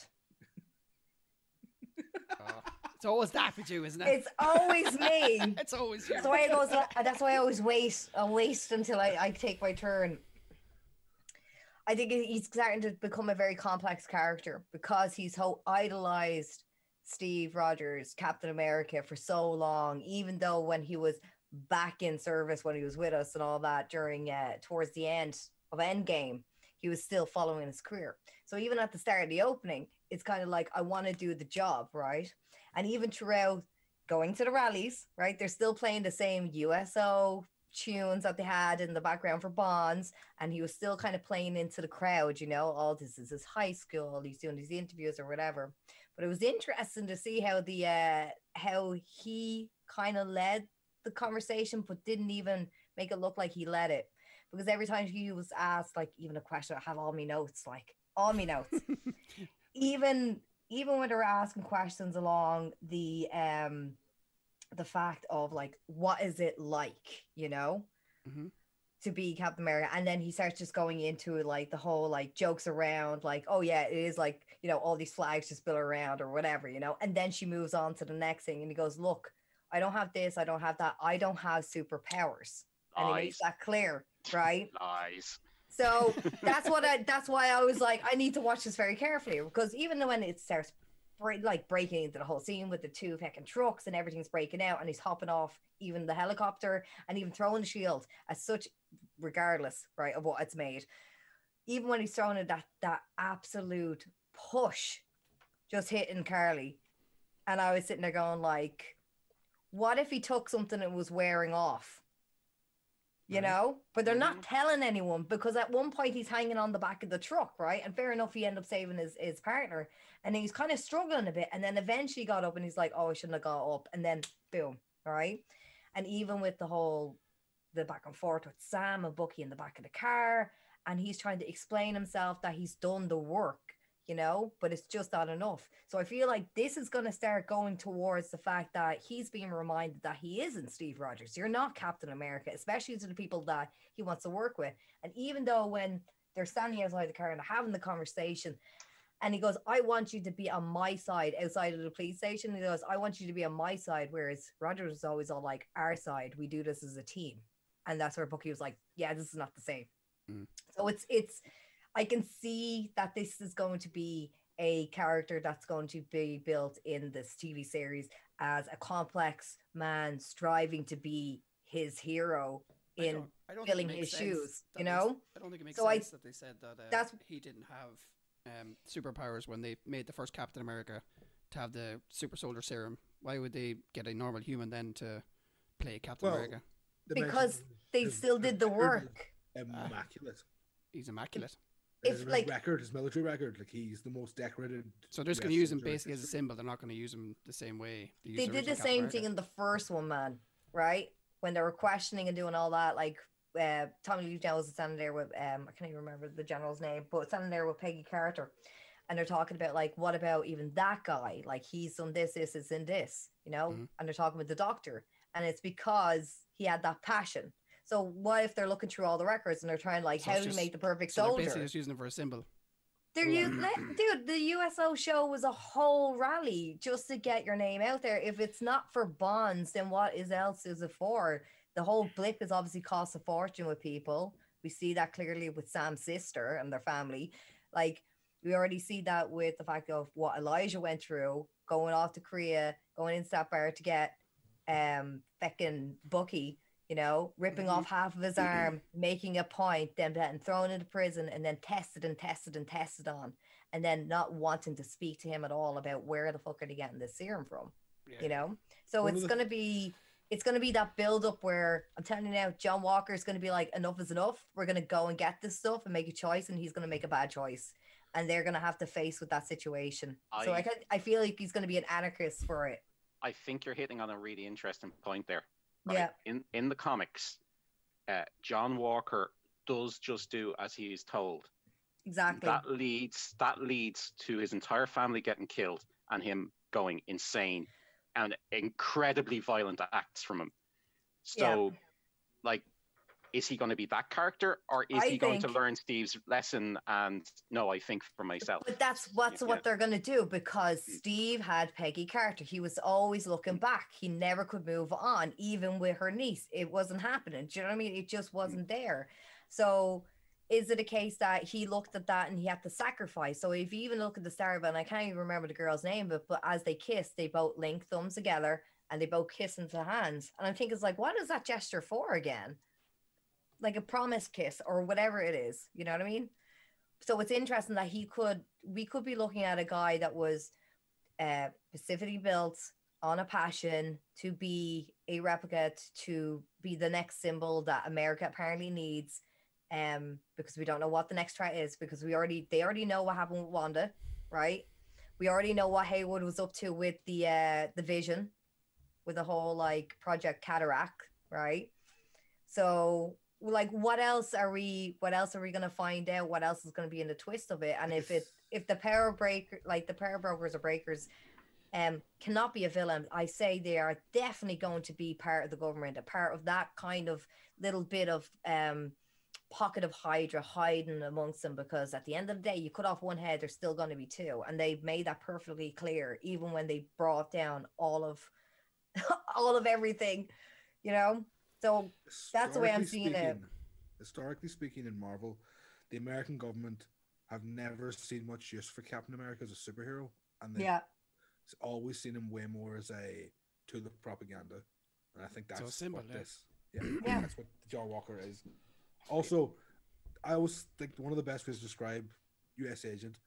It's always that with you, isn't it?
it's always me.
It's always you.
That's why
[laughs]
I goes. uh, That's why I always wait. I waste until I, I take my turn. I think he- he's starting to become a very complex character because he's ho- idolized Steve Rogers, Captain America, for so long. Even though when he was back in service, when he was with us and all that during uh, towards the end of Endgame, he was still following his career. So even at the start of the opening, it's kind of like I want to do the job, right? And even throughout going to the rallies, right? They're still playing the same USO tunes that they had in the background for Bonds, and he was still kind of playing into the crowd, you know, all this is his high school, he's doing these interviews or whatever. But it was interesting to see how the uh how he kind of led the conversation, but didn't even make it look like he led it. Because every time he was asked, like even a question, I have all my notes, like all my notes even even when they were asking questions along the um the fact of like what is it like you know
Mhm.
to be captain america and then he starts just going into like the whole like jokes around like oh yeah it is like you know all these flags just spill around or whatever you know and then she moves on to the next thing and he goes look i don't have this i don't have that i don't have superpowers and he makes
lies.
that clear right
Lies.
so that's what I. That's why I was like, I need to watch this very carefully because even though when it starts bre- like breaking into the whole scene with the two fucking trucks and everything's breaking out and he's hopping off even the helicopter and even throwing the shield as such, regardless right of what it's made, even when he's throwing it that that absolute push, just hitting Carly, and I was sitting there going like, what if he took something that was wearing off? You
Right.
know, but they're not telling anyone because at one point he's hanging on the back of the truck, right? And fair enough, he ended up saving his, his partner and then he's kind of struggling a bit. And then eventually he got up and he's like, Oh, I shouldn't have got up. And then boom, right? And even with the whole the back and forth with Sam and Bucky in the back of the car, and he's trying to explain himself that he's done the work you know, but it's just not enough. So I feel like this is going to start going towards the fact that he's being reminded that he isn't Steve Rogers. You're not Captain America, especially to the people that he wants to work with. And even though when they're standing outside the car and having the conversation, and he goes, I want you to be on my side outside of the police station. He goes, I want you to be on my side. Whereas Rogers is always all like, our side, we do this as a team. And that's where Bucky was like, yeah, this is not the same.
Mm.
So it's, it's, I can see that this is going to be a character that's going to be built in this TV series as a complex man striving to be his hero
I
in
don't- I don't think it
filling
makes
his
sense
shoes,
that
you
they-
know?
I don't think it makes
So I-
sense that they said that uh,
that's-
he didn't have um, superpowers when they made the first Captain America to have the super soldier serum. Why would they get a normal human then to play Captain
Well-
America?
The
Because
Mexican
They
is
still did the
immaculate.
work.
Immaculate.
He's immaculate.
if,
his
like-
record, his military record, like he's the most decorated.
So they're just going to
US
use him
soldier.
basically as a symbol. They're not going to use him the same way. use
they did
original
the
Captain
same
America.
thing in the first one, man. Right when they were questioning and doing all that, like uh, Tommy Lee Jones is standing there with um, I can't even remember the general's name, but standing there with Peggy Carter, and they're talking about like, what about even that guy? Like he's done this, this, this, and this, you know.
Mhm.
And they're talking with the doctor, and it's because he had that passion. So what if they're looking through all the records and they're trying like
So
how
it's
to
just-
make the perfect
So they're
soldier?
basically just using it for a symbol.
There you, let- dude. The USO show was a whole rally just to get your name out there. If it's not for bonds, then what is else is it for? The whole blip has obviously cost a fortune with people. We see that clearly with Sam's sister and their family. Like we already see that with the fact of what Elijah went through, going off to Korea, going into that bar to get um feckin' Bucky, you know, ripping off half of his
Mm-hmm.
arm, making a point, then getting thrown into prison, and then tested and tested and tested on, and then not wanting to speak to him at all about where the fuck are they getting this serum from, you know? So
One of
it's
the-
gonna be. It's going to be that build up where I'm telling you now, John Walker is going to be like, enough is enough. We're going to go and get this stuff and make a choice, and he's going to make a bad choice. And they're going to have to face with that situation. so
I-
I, can, I feel like he's going to be an anarchist for it.
I think you're hitting on a really interesting point there. right?
Yeah.
In in the comics, uh, John Walker does just do as he is told.
Exactly.
That leads that leads to his entire family getting killed and him going insane and incredibly violent acts from him.
Yeah.
So like is he going to be that character or is
I
he going to
think-
learn Steve's lesson and no, I think for myself.
But that's what's
Yeah.
what they're going to do because Steve had Peggy Carter. He was always looking back. He never could move on, even with her niece. It wasn't happening. Do you know what I mean? It just wasn't there. So is it a case that he looked at that and he had to sacrifice? So if you even look at the star of it, and I can't even remember the girl's name, but, but as they kiss, they both link thumbs together and they both kiss into hands. And I think it's like, what is that gesture for again? Like a promise kiss or whatever it is. You know what I mean? so it's interesting that he could we could be looking at a guy that was uh specifically built on a passion to be a replica t- to be the next symbol that america apparently needs um because we don't know what the next threat is because we already they already know what happened with wanda right we already know what haywood was up to with the uh the vision with the whole like project cataract right so like what else are we what else are we gonna find out? What else is gonna be in the twist of it? And if it if the power breaker like the power brokers or breakers um cannot be a villain, I say they are definitely going to be part of the government, a part of that kind of little bit of um pocket of Hydra hiding amongst them because at the end of the day you cut off one head, there's still gonna be two. And they've made that perfectly clear, even when they brought down all of [laughs] all of everything, you know? So That's the way I'm
Historically
seeing it.
speaking- Historically speaking, in Marvel, the American government have never seen much use for Captain America as a superhero, and they've
Yeah,
always seen him way more as a tool of propaganda. And I think
So
that's
symbol,
what
yeah.
this,
[clears throat]
yeah,
Yeah.
that's what John Walker is. Also, I always think one of the best ways to describe U.S. Agent,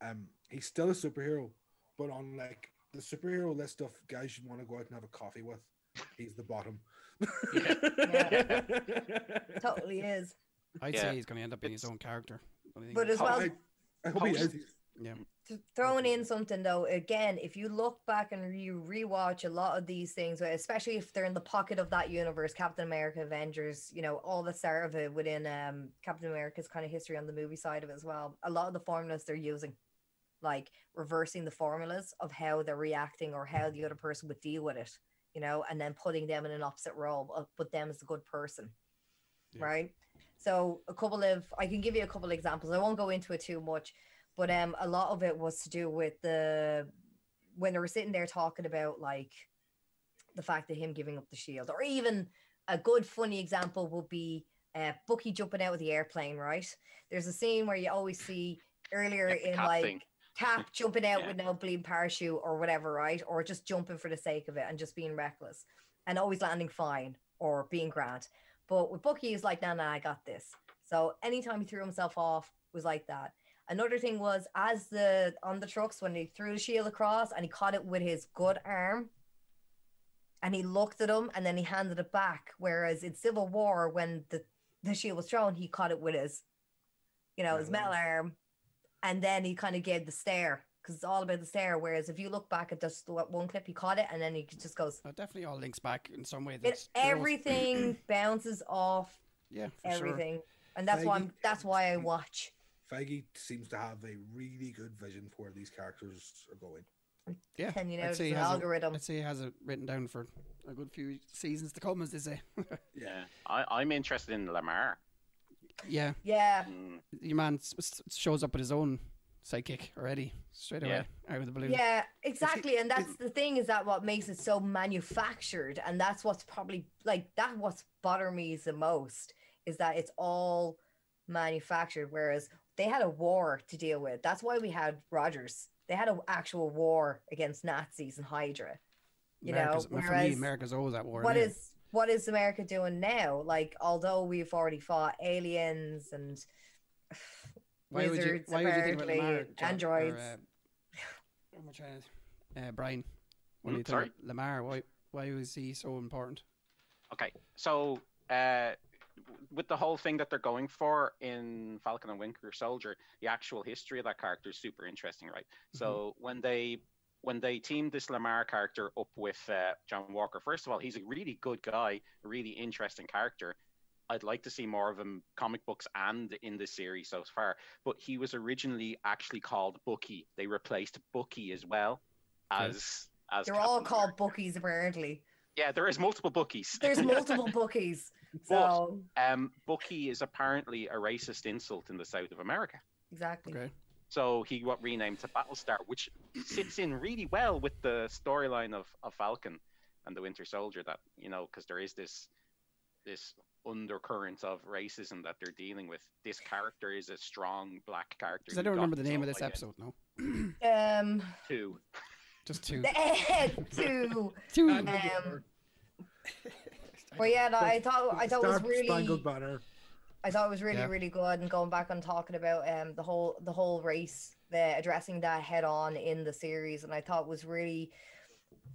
um, he's still a superhero, but on like the superhero list of guys you want to go out and have a coffee with, he's the bottom. [laughs]
totally is.
I'd
Yeah.
say he's going to end up being his own character. I think
But as
Oh,
well,
I, I hope he
Post-
is.
th- throwing in something though, again, if you look back and you rewatch a lot of these things, uh, especially if they're in the pocket of that universe, Captain America, Avengers, you know, all the start of it within um, Captain America's kind of history on the movie side of it as well. A lot of the formulas they're using, like reversing the formulas of how they're reacting or how the other person would deal with it, you know, and then putting them in an opposite role, uh, put them as the good person,
Yeah.
right? So a couple of I can give you a couple of examples. I won't go into it too much but um a lot of it was to do with the when they were sitting there talking about like the fact of him giving up the shield or even a good funny example would be uh, Bucky jumping out of the airplane right there's a scene where you always see earlier
Yep, the
in
cat
like
thing. [laughs]
cap jumping out
Yeah.
with no bleeding parachute or whatever right or just jumping for the sake of it and just being reckless and always landing fine or being grand but with Bucky he's like nah nah I got this so anytime he threw himself off was like that Another thing was as the on the trucks when he threw the shield across and he caught it with his good arm and he looked at him and then he handed it back. Whereas in Civil War, when the, the shield was thrown, he caught it with his, you know, his
Metal
metal arm. And then he kind of gave the stare because it's all about the stare. Whereas if you look back at just the one clip, he caught it and then he just goes,
That definitely all links back in some way.
it,
That's they're all- [clears throat]
everything bounces off
yeah, for
everything. And that's why I'm,
Feige-
that's why I watch.
Feige seems to have a really good vision for where these characters are going.
Yeah,
Ten, you know,
I'd
it's
say he
an
has a-
algorithm.
I'd say he has it written down for a good few seasons to come, as they say.
Yeah, I, I'm interested in Lamar.
yeah,
yeah,
Mm,
your man s- s- shows up with his own psychic already straight away
Yeah.
out of the blue.
yeah, exactly. And that's the thing is that what makes it so manufactured, and that's what's probably like that. What's bothering me is the most is that it's all manufactured, whereas they had a war to deal with. That's why we had Rogers. They had an actual war against Nazis and Hydra. you know,
America's, well, for me,
whereas-
America's always at war.
What
now.
is what is America doing now? Like, although we've already fought aliens and
why would you,
wizards,
why would you think about
apparently,
Lamar? John-
androids.
[sighs] Or, uh, am I trying to, uh, Brian, what do
Mm,
you think
sorry.
about Lamar? Why why was he so important?
Okay, so uh, w- with the whole thing that they're going for in Falcon and Winter Soldier, the actual history of that character is super interesting, right? So when they when they teamed this Lamar character up with uh, John Walker, first of all, he's a really good guy, a really interesting character. I'd like to see more of him, comic books and in this series so far. But he was originally actually called Bucky. They replaced Bucky as well
Okay.
as as.
they're all
Captain
called
America.
bookies apparently.
Yeah, there is multiple Buckies.
There's multiple bookies.
But-
So
um, Bucky is apparently a racist insult in the South of America.
exactly.
Okay.
So he got renamed to Battlestar, which sits in really well with the storyline of, of Falcon and the Winter Soldier. That you know, because there is this this undercurrent of racism that they're dealing with. This character is a strong black character.
Because I
who
don't
got
remember the name of
himself
this episode, no. [clears throat]
Um,
identified too.
Just two.
two.
two.
[laughs] And-
Um, Well, yeah, no, I thought I thought it was
Star
really
Spangled Banner.
I thought it was really,
Yeah.
really good. And going back and talking about um the whole the whole race, the addressing that head on in the series, and I thought was really,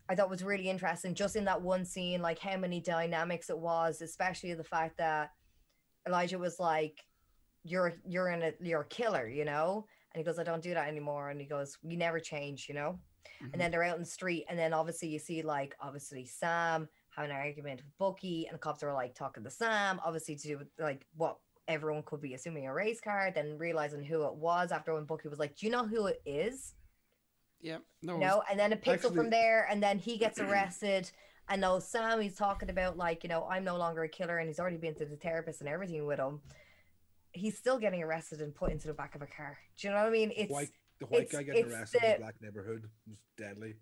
I thought was really interesting. Just in that one scene, like how many dynamics it was, especially the fact that Elijah was like, "You're you're in a you're a killer," you know, and he goes, "I don't do that anymore," and he goes, "We never change," you know.
Mhm.
And then they're out in the street, and then obviously you see like obviously Sam having an argument with Bucky, and the cops are like talking to Sam, obviously to do with like what everyone could be assuming a race card, then realizing who it was after when Bucky was like, Do you know who it is?
yeah. No.
You
it was-
know, and then it picks up
actually-
from there, and then he gets arrested. And now Sam he's talking about like, you know, I'm no longer a killer, and he's already been to the therapist and everything with him. He's still getting arrested and put into the back of a car. Do you know what I mean? It's
White, the white
it's-
guy getting
it's
arrested in
the-
the black neighborhood was deadly.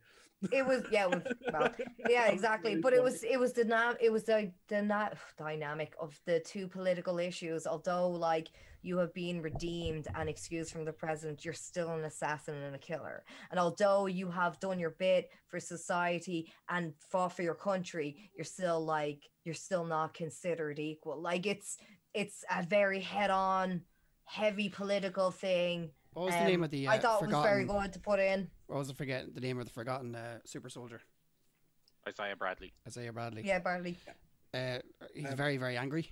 it was yeah, it was, well,
[laughs]
[laughs]
yeah exactly but it was it was the dynam- it was the, the na- [sighs] dynamic of the two political issues although like you have been redeemed and excused from the president you're still an assassin and a killer and although you have done your bit for society and fought for your country you're still like you're still not considered equal like it's it's a very head-on heavy political thing
what was the name
um,
of the? Uh,
i thought it was very
forgotten-
good to put in
What was the forget the name of the forgotten uh, super soldier?
Isaiah Bradley. [laughs]
Isaiah Bradley.
yeah barely
Uh, he's
Um,
very very angry.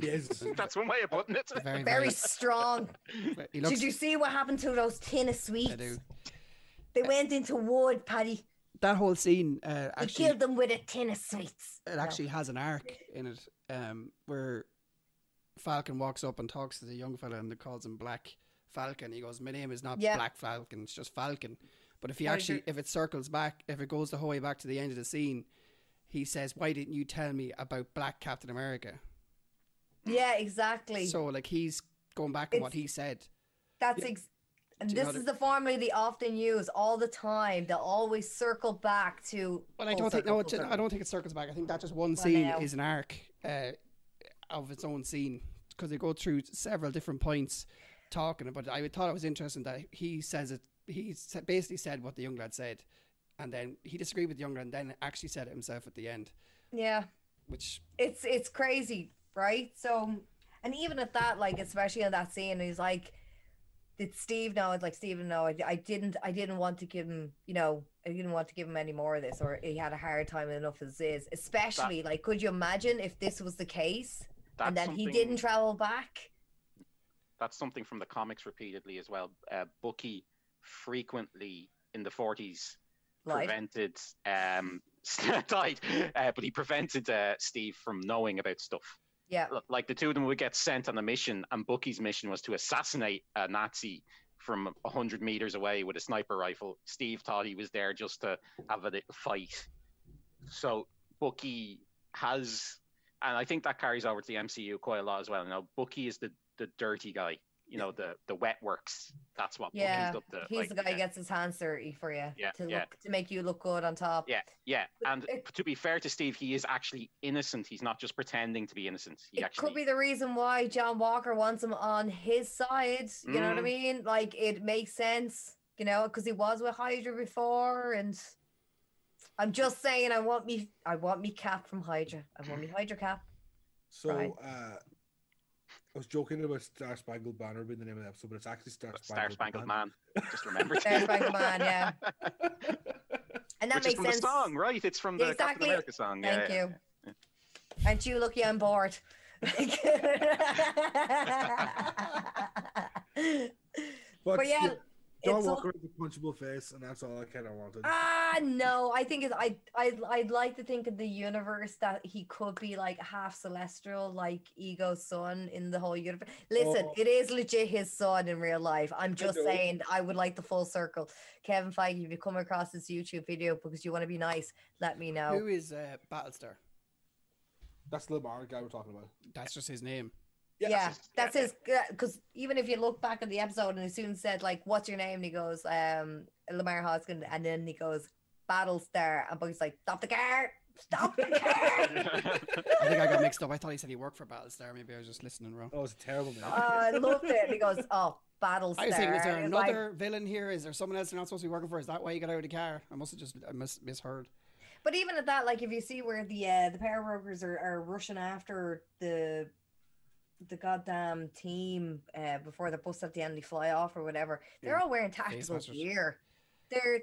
He is.
That's one way of putting it.
Very
[laughs] very
very.
strong [laughs]
he looks.
Did you see what happened to those tin of sweets?
I do.
They went into wood, Paddy.
That whole scene uh,
We
actually
killed them with a tin of sweets.
it
No.
actually has an arc in it um, where Falcon walks up and talks to the young fella and calls him Black Falcon. He goes, "My name is not
Yeah.
Black Falcon; it's just Falcon." But if he
Why did
actually,
you-
if it circles back, if it goes the whole way back to the end of the scene, he says, "Why didn't you tell me about Black Captain America?"
Yeah, exactly.
So like he's going back on what
It's-
he said.
That's
yeah.
ex- and
Do you know
this
the-
is the formula they often use all the time. They'll always circle back to.
Well, I
full
don't think
circle,
no,
full
it, ju- I
circle.
don't think it circles back. I think that just one
Well,
scene
now-
is an arc uh, of its own scene because they go through several different points talking about it. I thought it was interesting that he says it. He sa- basically said what the young lad said, and then he disagreed with the young lad, and then actually said it himself at the end,
Yeah.
which
it's it's crazy, right? So, and even at that, like especially in that scene, he's like, "Did Steve know?" It's like Steven know. I, I didn't. I didn't want to give him. You know, I didn't want to give him any more of this, or he had a hard time enough as is. Especially like, could you imagine if this was the case, and then he didn't travel back?
that's something from the comics repeatedly as well. Uh, Bucky frequently in the 40s
Like,
prevented um [laughs] died, uh, but he prevented uh, Steve from knowing about stuff.
yeah,
L- Like the two of them would get sent on a mission, and Bucky's mission was to assassinate a Nazi from hundred meters away with a sniper rifle. Steve thought he was there just to have a little fight. So Bucky has, and I think that carries over to the MCU quite a lot as well. Now Bucky is the the dirty guy, you know, the the wet works. That's what
Yeah,
Bucky's up to.
He's
like,
the guy
yeah.
who gets his hands dirty for you
Yeah,
to look
yeah.
to make you look good on top.
Yeah, yeah.
But
And
it-
to be fair to Steve, he is actually innocent. He's not just pretending to be innocent. He
it
actually
could be the reason why John Walker wants him on his side. You know what I
Mm.
mean? Like it makes sense, you know, because he was with Hydra before, and I'm just saying, I want me, I want me cap from Hydra. I want me Hydra cap.
So
Right.
uh, I was joking about Star Spangled Banner being the name of the episode, but it's actually Star Spangled,
Star Spangled Man. Just
[laughs]
remembered.
Star
[laughs]
Spangled Man, yeah. And that
Which
makes
is from
sense.
the song, right? It's from the
Yeah,
Captain
exactly.
America song. yeah,
Thank
yeah.
you. Aren't you lucky I'm bored?
[laughs]
[laughs]
[laughs]
But,
But yeah,
yeah, John
it's all-
Walker is a punchable face, and that's all I kind of wanted.
Ah, no. I think it's, I, I, I'd like to think of the universe that he could be like half celestial, like Ego's son in the whole universe. Listen,
Oh.
it is legit his son in real life. I'm just
know.
saying, I would like the full circle. Kevin Feige, if you come across this YouTube video because you want to be nice, let me know.
Who is uh, Battlestar?
That's the Lamar guy we're talking about.
That's just his name.
Yeah,
Yeah,
that's
that's his. Because even if you look back at the episode and he soon said like, "What's your name?" and he goes, "Um, Lamar Hoskin," and then he goes, "Battlestar," and Buggy's like, "Stop the car! Stop the car!" [laughs]
I think I got mixed up. I thought he said he worked for Battlestar. Maybe I was just listening wrong.
Oh, it's a terrible name.
oh, I loved it. And he goes, "Oh,
[laughs]
Battlestar."
I was thinking, is there
And it's like-
another villain here? Is there someone else you're not supposed to be working for? Is that why you got out of the car? I must have just I mis- misheard.
but even at that, like, if you see where the uh, the power brokers are, are rushing after the the goddamn team uh, before the bus at the end, they fly off or whatever. They're
Yeah.
all wearing tactical
smashers.
gear. They're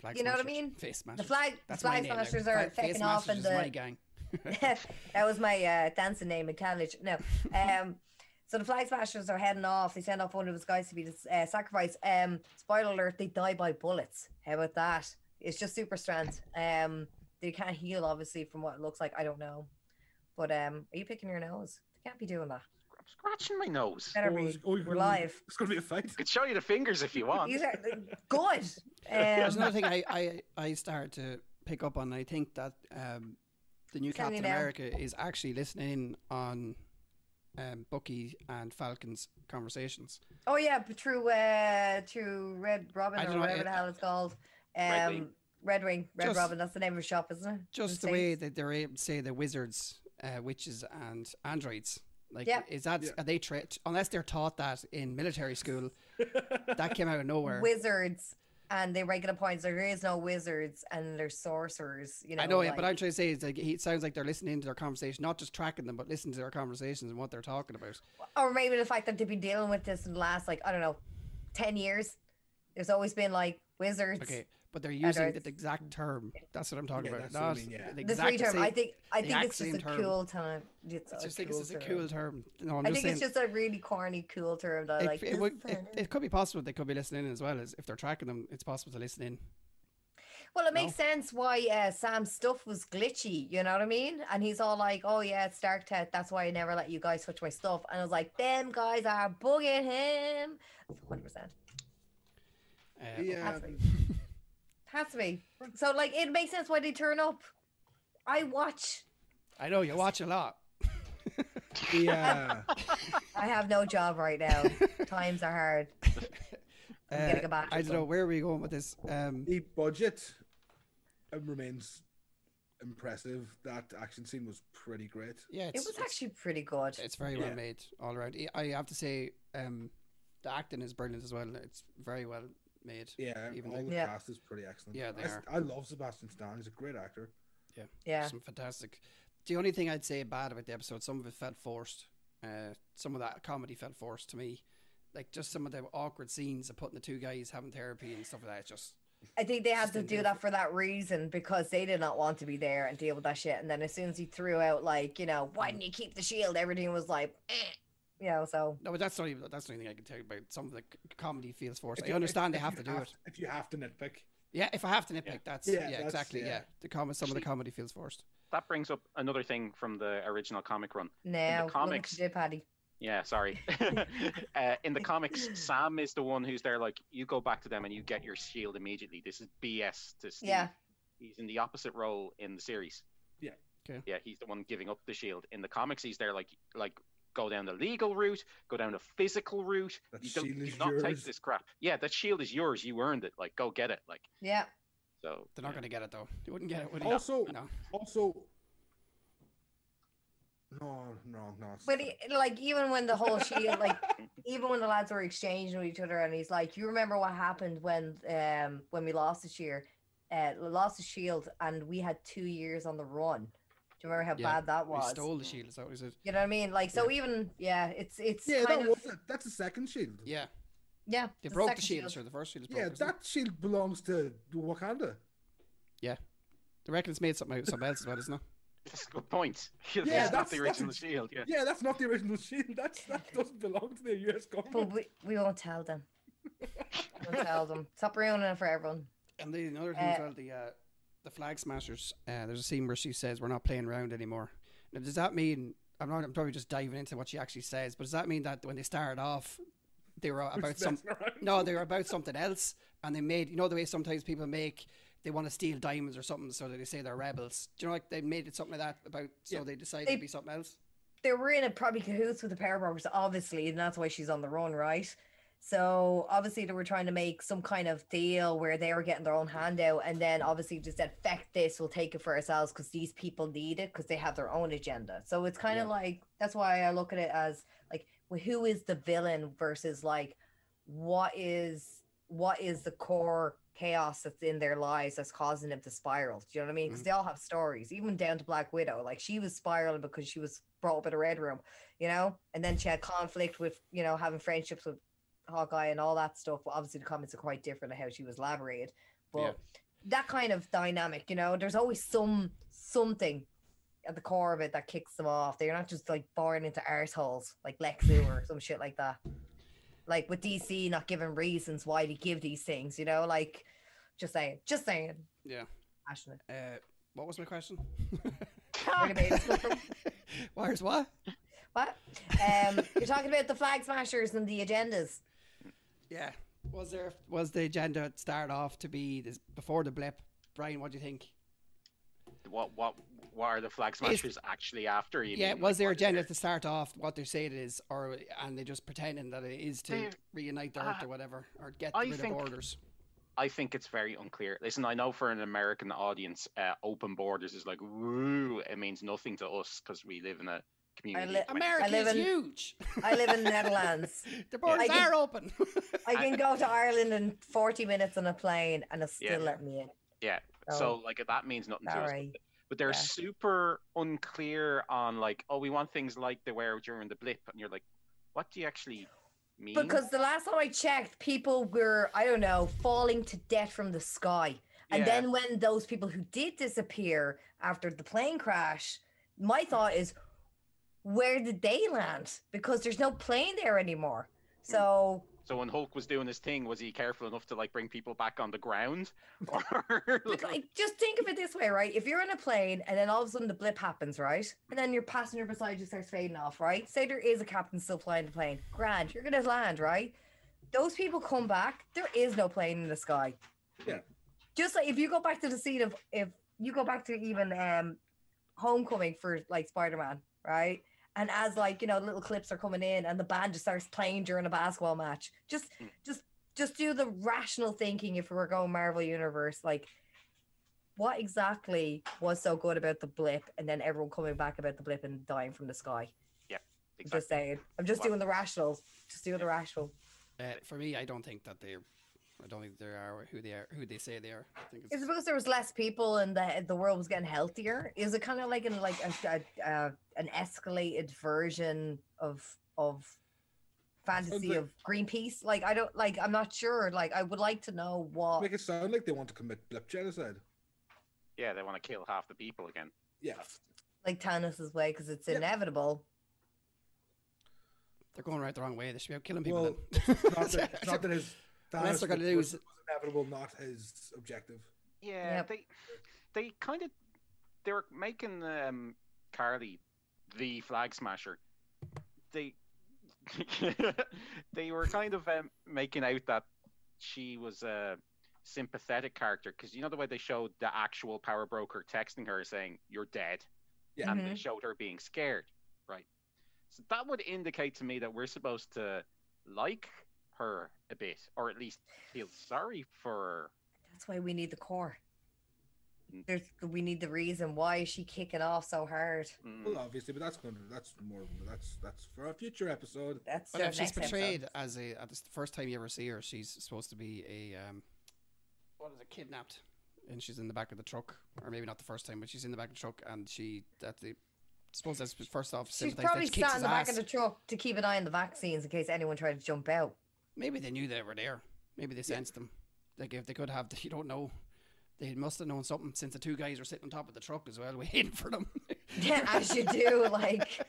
Flag
You know what I
smashers.
mean?
Face smashers.
the flag, the
my
flag
name now.
smashers
Fla-
are
Face
taking off,
Smashers
and
is
the
my
[laughs]
gang.
that was my uh, dancing name in college. No, um, so the flag smashers are heading off. They send off one of his guys to be the uh, sacrifice. Um, spoiler alert: they die by bullets. How about that? It's just super strength. Um, they can't heal, obviously, from what it looks like. I don't know, but um, are you picking your nose? They can't be doing that.
[laughs] I'm scratching my nose.
Better
[laughs] Oh,
be.
it's- oh, you
We're
can-
live.
[laughs] It's gonna be a fight.
I could show you the fingers if you
[laughs]
want.
These are good.
[laughs] There's
Um,
another thing I,
[laughs]
I, I started to pick up on. I think that um, the new
Send me
Captain
now.
America is actually listening in on um, Bucky and Falcon's conversations.
oh yeah, but through uh, through Red Robin
I
or
don't know,
whatever
it-
the hell it's called. Um,
Red Wing.
Red Wing, Red
Just-
Robin. That's the name of the shop, isn't it?
Just the
Insane.
way that they're able to say the wizards, uh, witches, and androids. Like,
Yeah.
is that
Yeah.
are they tra- unless they're taught that in military
[laughs]
school? That came out of nowhere.
wizards and they regular points there is no wizards and they're sorcerers you know
I know, yeah, but I'm
like-
trying to say it's like it sounds like they're listening to their conversation, not just tracking them, but listening to their conversations and what they're talking about.
or maybe the fact that they've been dealing with this in the last like i don't know 10 years there's always been like wizards
Okay, but they're using
Androids.
the exact term. That's what I'm talking
Yeah,
about.
that's what I
Not
mean, yeah.
the
the three
exact
term i
same-
think i
the
think
exact
it's just a
same term.
cool time it's
I
a
just think
cool
this is a
term.
cool term. No, I'm
i
just
think
saying.
it's just a really corny cool term that I
it,
like
it,
this
would-
is
it,
a-
it could be possible they could be listening in as well. As if they're tracking them, it's possible to listen in.
Well, it
No?
makes sense why uh, Sam's stuff was glitchy. You know what I mean? And he's all like, "Oh yeah, it's Dark Tech. That's why I never let you guys touch my stuff." And I was like, "Them guys are bugging him." Hundred percent.
Uh,
Yeah.
Has to be. Has to be. So like, it makes sense why they turn up. I watch.
I know you watch a lot.
Yeah.
I have no job
[laughs]
right now. Times are hard. I'm
Uh,
gonna go back. to
I don't know
some-
where are we going with this. Um,
the budget um, remains impressive. That action scene was pretty great.
yeah,
It
it's,
was
it's-
actually pretty good.
it's very
yeah.
well made all around. I- I have to say, um, the acting is brilliant as well. It's very well made.
Yeah,
Even
all
though-
the
Yeah.
cast is pretty excellent.
Yeah, they
I, s-
are.
I love Sebastian Stan. He's a great actor.
Yeah.
some fantastic. The only thing I'd say bad about the episode, some of it felt forced. Uh, some of that comedy felt forced to me. Like just some of the awkward scenes of putting the two guys having therapy and stuff like that. It's just
I think they had
Just
to
didn't
do
do
that for that reason because they did not want to be there and deal with that shit. And then as soon as he threw out like, you know, why didn't you keep the shield? Everything was like, eh. you know. So
no, but that's not even that's the only thing I can tell you about. Some of the c- comedy feels forced.
If
I
you-
understand
if-
they
if
have to
you
do it.
If you have to nitpick,
Yeah, if I have to nitpick,
Yeah.
that's
Yeah,
yeah,
that's-
exactly yeah.
yeah.
The com- some of the
Actually-
comedy feels forced.
That brings up another thing from the original comic run.
now, look at
comics-
you, Paddy.
Yeah, sorry. [laughs] uh, in the comics, Sam is the one who's there, like, you go back to them and you get your shield immediately. This is BS to Steve.
Yeah.
He's in the opposite role in the series.
Yeah.
Okay.
Yeah, he's the one giving up the shield. In the comics, he's there, like, like go down the legal route, go down the physical route.
That
you don't,
shield
you
is
not take
yours.
this crap. Yeah, that shield is yours. You earned it. Like, go get it. Like,
Yeah.
so.
They're not
yeah.
going to get it though. They wouldn't get it. Would they?
Also,
No.
also. No, no, no. it's
But
fine.
he, like even when the whole shield, like [laughs] even when the lads were exchanging with each other, and he's like, "You remember what happened when um when we lost this year, uh, lost the shield, and we had two years on the run. Do you remember how
Yeah,
bad that
We
was?
stole the shield. Is that what he said?
You know what I mean? Like so, even yeah, it's it's
yeah, that
kind of
was it. That's a second shield.
Yeah.
yeah.
They
the
broke the
second
shield, sure. The first shield is broken.
Yeah,
isn't it?
that shield belongs to Wakanda.
They reckon it's made something out of something else as well, isn't it?
That's a good point. [laughs] Yeah,
Yeah,
not the
that's-
original
that's-
shield. Yeah.
Yeah, that's not the original [laughs] shield. That's, that doesn't belong to the US
But
government.
we, we won't tell them. We won't tell them. Stop ruining it for everyone.
And the another thing as
Uh,
well, the uh, the flag smashers. Uh, there's a scene where she says, "We're not playing around anymore." Now, does that mean? I'm not. I'm probably just diving into what she actually says. But does that mean that when they started off, they were
We're
about
just
some?
messing around.
No, they were about something else, and they made. You know the way sometimes people make. They want to steal diamonds or something, so that they say they're rebels. Do you know like they made it something like that about? So they decided
They-
to be something else.
they were in a probably cahoots with the power robbers, obviously, and that's why she's on the run, right? So obviously they were trying to make some kind of deal where they were getting their own handout, and then obviously just said, "Feck this, we'll take it for ourselves because these people need it because they have their own agenda." So it's kind of
Yeah.
like that's why I look at it as like, well, who is the villain versus like, what is what is the core chaos that's in their lives that's causing them to spiral? Do you know what I mean? Because
Mhm.
they all have stories, even down to Black Widow. Like she was spiraling because she was brought up in a red room, you know, and then she had conflict with, you know, having friendships with Hawkeye and all that stuff. But obviously, the comments are quite different to how she was elaborated, but
Yeah.
that kind of dynamic, you know, there's always some something at the core of it that kicks them off. They're not just like born into arseholes like Lex Luthor or some shit like that. Like with DC not giving reasons why they give these things, you know, like just saying, just saying,
Yeah.
passionate.
Uh, what was my question?
Where the babies
[laughs]
come from.
Where's what?
[laughs] What? Um, you're talking about the flag smashers and the agendas.
Yeah. Was there was the agenda at start off to be this before the blip? Brian, what do you think?
What what what are the flag smashers actually after? You
yeah,
mean?
was
Like,
their
what is
agenda
it?
to start off what they say it is, or and they just pretending that it is to
They-
reunite the
uh,
earth or whatever, or get
I
rid
think-
of borders?
I think it's very unclear. Listen, I know for an American audience, uh, open borders is like woo. It means nothing to us because we live in a community.
li-
of 20
America
live
is
in-
huge. [laughs]
I live in the Netherlands.
the borders
I
are open.
I can go to Ireland in 40 minutes on a plane and it's
Yeah.
still let me in.
Yeah.
Oh,
So like that means nothing to us.
sorry.
But they're
Yeah.
super unclear on like, oh, we want things like they were during the blip, and you're like, what do you actually mean?
Because the last time I checked, people were, I don't know, falling to death from the sky. And
Yeah.
then when those people who did disappear after the plane crash, my thought is, where did they land? Because there's no plane there anymore. So
So when Hulk was doing his thing, was he careful enough to like bring people back on the ground? [laughs] Or [laughs]
Look, like, just think of it this way, right? If you're in a plane and then all of a sudden the blip happens, right? And then your passenger beside you starts fading off, right? Say there is a captain still flying the plane. Grand, you're gonna land, right? Those people come back, there is no plane in the sky.
Yeah.
Just like if you go back to the scene of if you go back to even um homecoming for like Spider-Man, right? And as like, you know, little clips are coming in and the band just starts playing during a basketball match. Just
Mm.
just just do the rational thinking if we were going Marvel Universe, like what exactly was so good about the blip and then everyone coming back about the blip and dying from the sky? I'm
Exactly.
just saying. I'm just
What?
doing the rational. Just doing the rational.
uh, for me, I don't think that they. I don't think they are who they are, who they say they are. I think
Is
it's,
it because there was less people and the the world was getting healthier? Is it kind of like in like a, a, uh an escalated version of of fantasy
like-
of Greenpeace? Like I don't like. I'm not sure. Like I would like to know what.
Make it sound like they want to commit blip genocide.
yeah, they want to kill half the people again.
[laughs]
Yeah.
Like Thanos' way because it's
Yeah.
inevitable.
they're going right the wrong way. They should be out killing people.
Well,
then.
It's not that,
[laughs]
it's not that his.
Unless
Thanos
they're gonna lose-
was- was inevitable, not his objective.
Yeah,
Yep.
they they kind of they were making um, Carly the flag smasher. They [laughs] they were kind of um, making out that she was a sympathetic character because you know the way they showed the actual power broker texting her saying you're dead
Yeah.
and they
Mhm.
showed her being scared right so that would indicate to me that we're supposed to like her a bit or at least feel sorry for her
That's why we need the core.
Mm.
There's we need the reason why is she kicking off so hard.
Mm.
Hmm.
Well, obviously, but that's going to, that's more that's that's for a future episode.
That's
But if
our
Oh, she's
next episode.
portrayed as a, uh, this is the first time you ever see her, she's supposed to be a um, what is it, kidnapped, and she's in the back of the truck, or maybe not the first time, but she's in the back of the truck, and she that the suppose that's first off
She's
sympathise that
probably
she kicks
sat
his
in the back
ass.
of the truck to keep an eye on the vaccines in case anyone tried to jump out. [laughs]
Maybe they knew they were there. Maybe they sensed them. Like if they could have, you don't know. They must have known something since the two guys were sitting on top of the truck as well, [laughs] waiting for them.
Yeah, as you do, like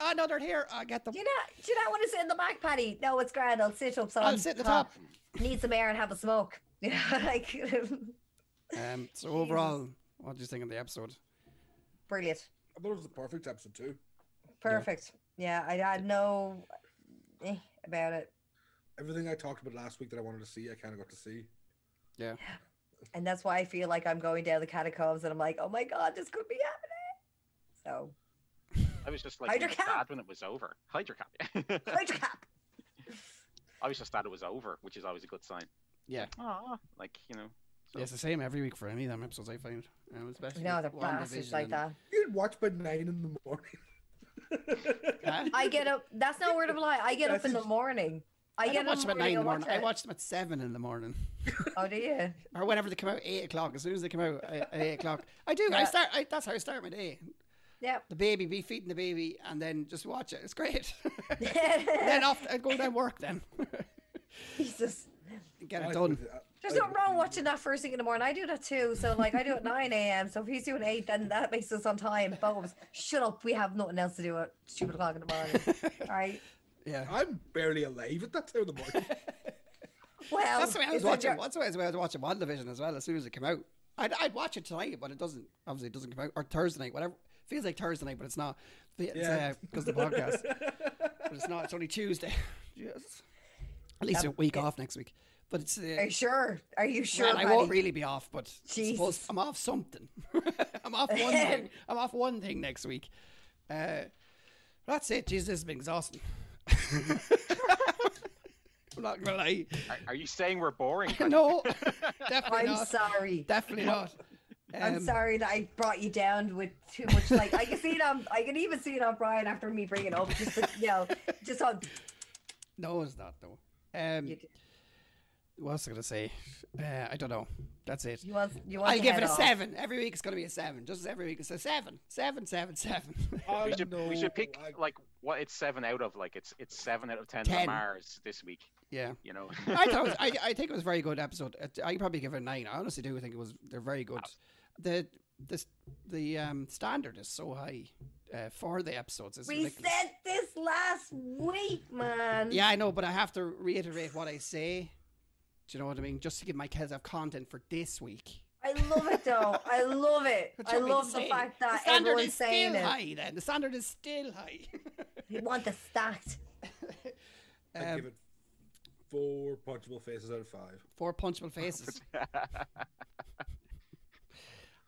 oh no, they're here. I get them.
do you not do you not want to sit in the back, Patty? No, it's grand. I'll sit up. So
I'll sit at the top.
Need some air and have a smoke. [laughs] You know, like
Um, so overall, what do you think of the episode?
brilliant,
I thought it was the perfect episode too.
perfect. Yeah, I had no eh, about it,
Everything I talked about last week that I wanted to see, I kind of got to see.
Yeah,
and that's why I feel like I'm going down the catacombs, and I'm like, oh my god, this could be happening.
[laughs]
So
I was just like really
Hydrocap.
sad when it was over. Hydrocap.
hydrocap.
[laughs] I was just sad it was over, which is always a good sign.
yeah.
Ah, like you know. So-
it's the same every week for any of them episodes I find. Um, especially
No,
with
they're bastards
WandaVision
like
and-
that.
You'd watch by nine in the morning.
Huh?
[laughs]
I get up. That's not word of a lie. I get up in the
That's-
morning. I,
I,
get
don't
up
watch them at nine in the morning. I
it.
watch them at seven in the morning, [laughs]
Oh, do you?
or whenever they come out. Eight o'clock. As soon as they come out at at eight o'clock, I do. I
Yeah.
start. I, that's how I start my day.
Yeah.
The baby, be feeding the baby, and then just watch it. It's great. [laughs] then
then
off, I go down work then.
[laughs]
[laughs]
Jesus.
Get it
I
done.
would- I-
There's
I
nothing
would
wrong
do-
watching that first thing in the morning. I do that too. So, like, I do it at 9 a.m. So, if he's doing 8, then that makes us on time. Both of us, shut up. We have nothing else to do at stupid o'clock in the morning.
[laughs]
All right.
Yeah.
I'm barely alive at that time
[laughs]
of the morning.
Well,
That's the way I was
it's a
watching.
jar-
That's the way I was watching WandaVision as well. As soon as it came out, I'd, I'd watch it tonight, but it doesn't. Obviously, it doesn't come out or Thursday night. Whatever feels like Thursday night, but it's not. It's,
Yeah.
because the podcast. but it's not. It's only
[laughs]
Tuesday. yes. At least a week off next week. But it's.
Are
Uh,
you sure? Are you sure?
well, I won't
Paddy?
really be off, but I suppose
Jesus.
I'm off something. [laughs] I'm off one thing.
[laughs]
I'm off one thing next week. Uh, that's it. Jesus, this has been exhausting. [laughs] I'm not gonna lie.
Are, are you saying
[laughs]
we're boring?
[laughs]
No, definitely
I'm
not.
sorry.
Definitely not.
I'm
Um,
sorry that I brought you down with too much. Like I can see it on, I can even see it on Brian after me bringing it up. Just like, you know, just on.
No, it's not though. Um,
You, d-
what was I gonna say? Uh, I don't know. That's it.
you want, you want.
I'll
to
give
head
it a
off.
seven. Every week it's gonna be a seven. Just as every week it's a seven, seven, seven, seven.
[laughs]
[laughs]
I
we should we
know,
should pick
I-
like what it's seven out of. Like it's it's seven out of ten,
Ten.
on Mars this week.
yeah.
You know. [laughs]
I thought it was, I, I think it was a very good episode. Uh, I probably give it a nine. I honestly do think it was they're very good. The this the um standard is so high uh, for the episodes. It's
We
ridiculous.
said this last week, man.
Yeah, I know, but I have to reiterate what I say. Do you know what I mean? Just to give my kids have content for this week.
I love it though. I love it.
What do
I
you want me to
love the
say?
fact
The
that
standard
everyone's
is
saying
still
it.
high. Then the standard is still high.
You want the stacked.
[laughs] I'd give
Um,
it four punchable faces out of five.
four punchable
[laughs]
faces.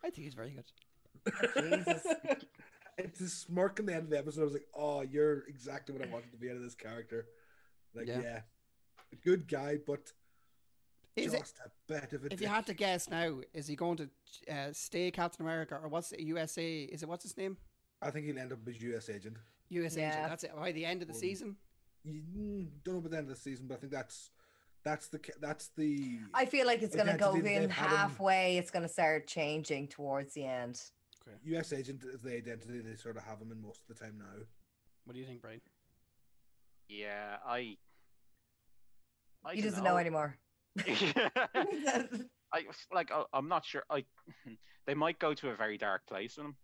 I think he's very good. Um,
Jesus.
it's the smirk in the end of the episode. I was like, "Oh, you're exactly what I wanted to be out of this character." Like,
Yeah.
yeah, a good guy, but
Is it,
just a bit of
if
a.
you
dick.
had to guess now, is he going to uh, stay Captain America or what's the USA? Is it what's his name?
I think he'll end up as U.S. agent.
USA.
Yeah.
That's it. By the end of the
Wouldn't.
season.
You mm, don't know about the end of the season, but I think that's that's the ca- that's the.
I feel like it's
Like,
gonna
that's
go
the- they've
in
had him-
halfway. It's gonna start changing towards the end.
U.S. agent is the identity they sort of have him in most of the time now.
What do you think, Brian?
yeah, I. I
He
don't
doesn't know
[laughs]
anymore. [laughs]
[laughs] I like. [laughs] I, I'm not sure. I. They might go to a very dark place in them.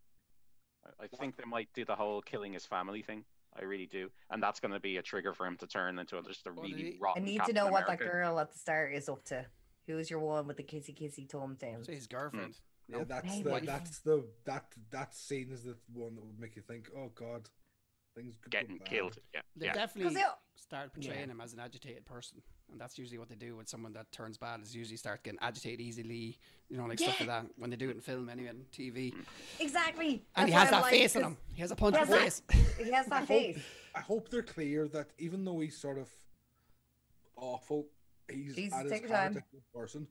I, I think they might do the whole killing his family thing. I really do, and that's going to be a trigger for him to turn into just a
Well,
really
they-
I
rotten.
need to
Captain
know what that
America.
girl at the start is up to. Who's your one with the kissy kissy tom down?
Say his girlfriend.
Yeah,
No.
that's
Hey,
the
wife.
that's the that that scene is the one that would make you think, "Oh God, Things could go
getting
bad.
killed. Yeah,
They
yeah.
definitely
they are-
start portraying him as an agitated person, and that's usually what they do with someone that turns bad. Is usually start getting agitated easily, you know, like stuff like that. When they do it in film, anyway, and TV,
Exactly.
and he has
That's why
that
I'm like,
face on
'cause
him. He has a punch
Yes, I-
face. [laughs]
He has
I
that
hope,
face.
I hope they're clear that even though he's sort of awful, he's
Jesus,
at his
take your time.
character as a person.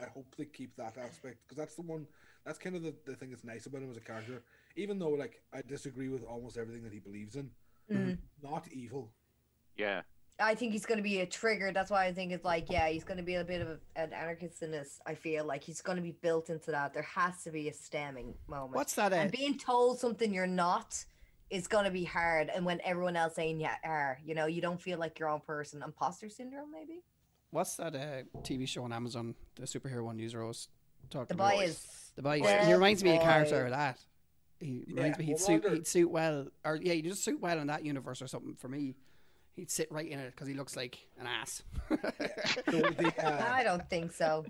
I hope they keep that aspect because that's the one. That's kind of the, the thing that's nice about him as a character. Even though, like, I disagree with almost everything that he believes in,
Mm.
not evil.
yeah.
I think he's going to be a trigger. That's why I think it's like, yeah, he's going to be a bit of a, an anarchist in this. I feel like he's going to be built into that. There has to be a stemming moment.
What's that? Uh,
and being told something you're not is going to be hard. And when everyone else saying yeah are, you know, you don't feel like your own person. Imposter syndrome, maybe.
what's that uh, TV show on Amazon? The superhero one user was talking
The
about.
boy
Boys.
is
The boy.
Yeah,
He reminds me of a
boy.
character of that. He reminds me.
well,
He'd suit.
Roger-
He'd suit well, or yeah, he'd just suit well in that universe or something. For me, he'd sit right in it because he looks like an ass. [laughs]
So
[laughs]
the,
I
uh,
don't think so.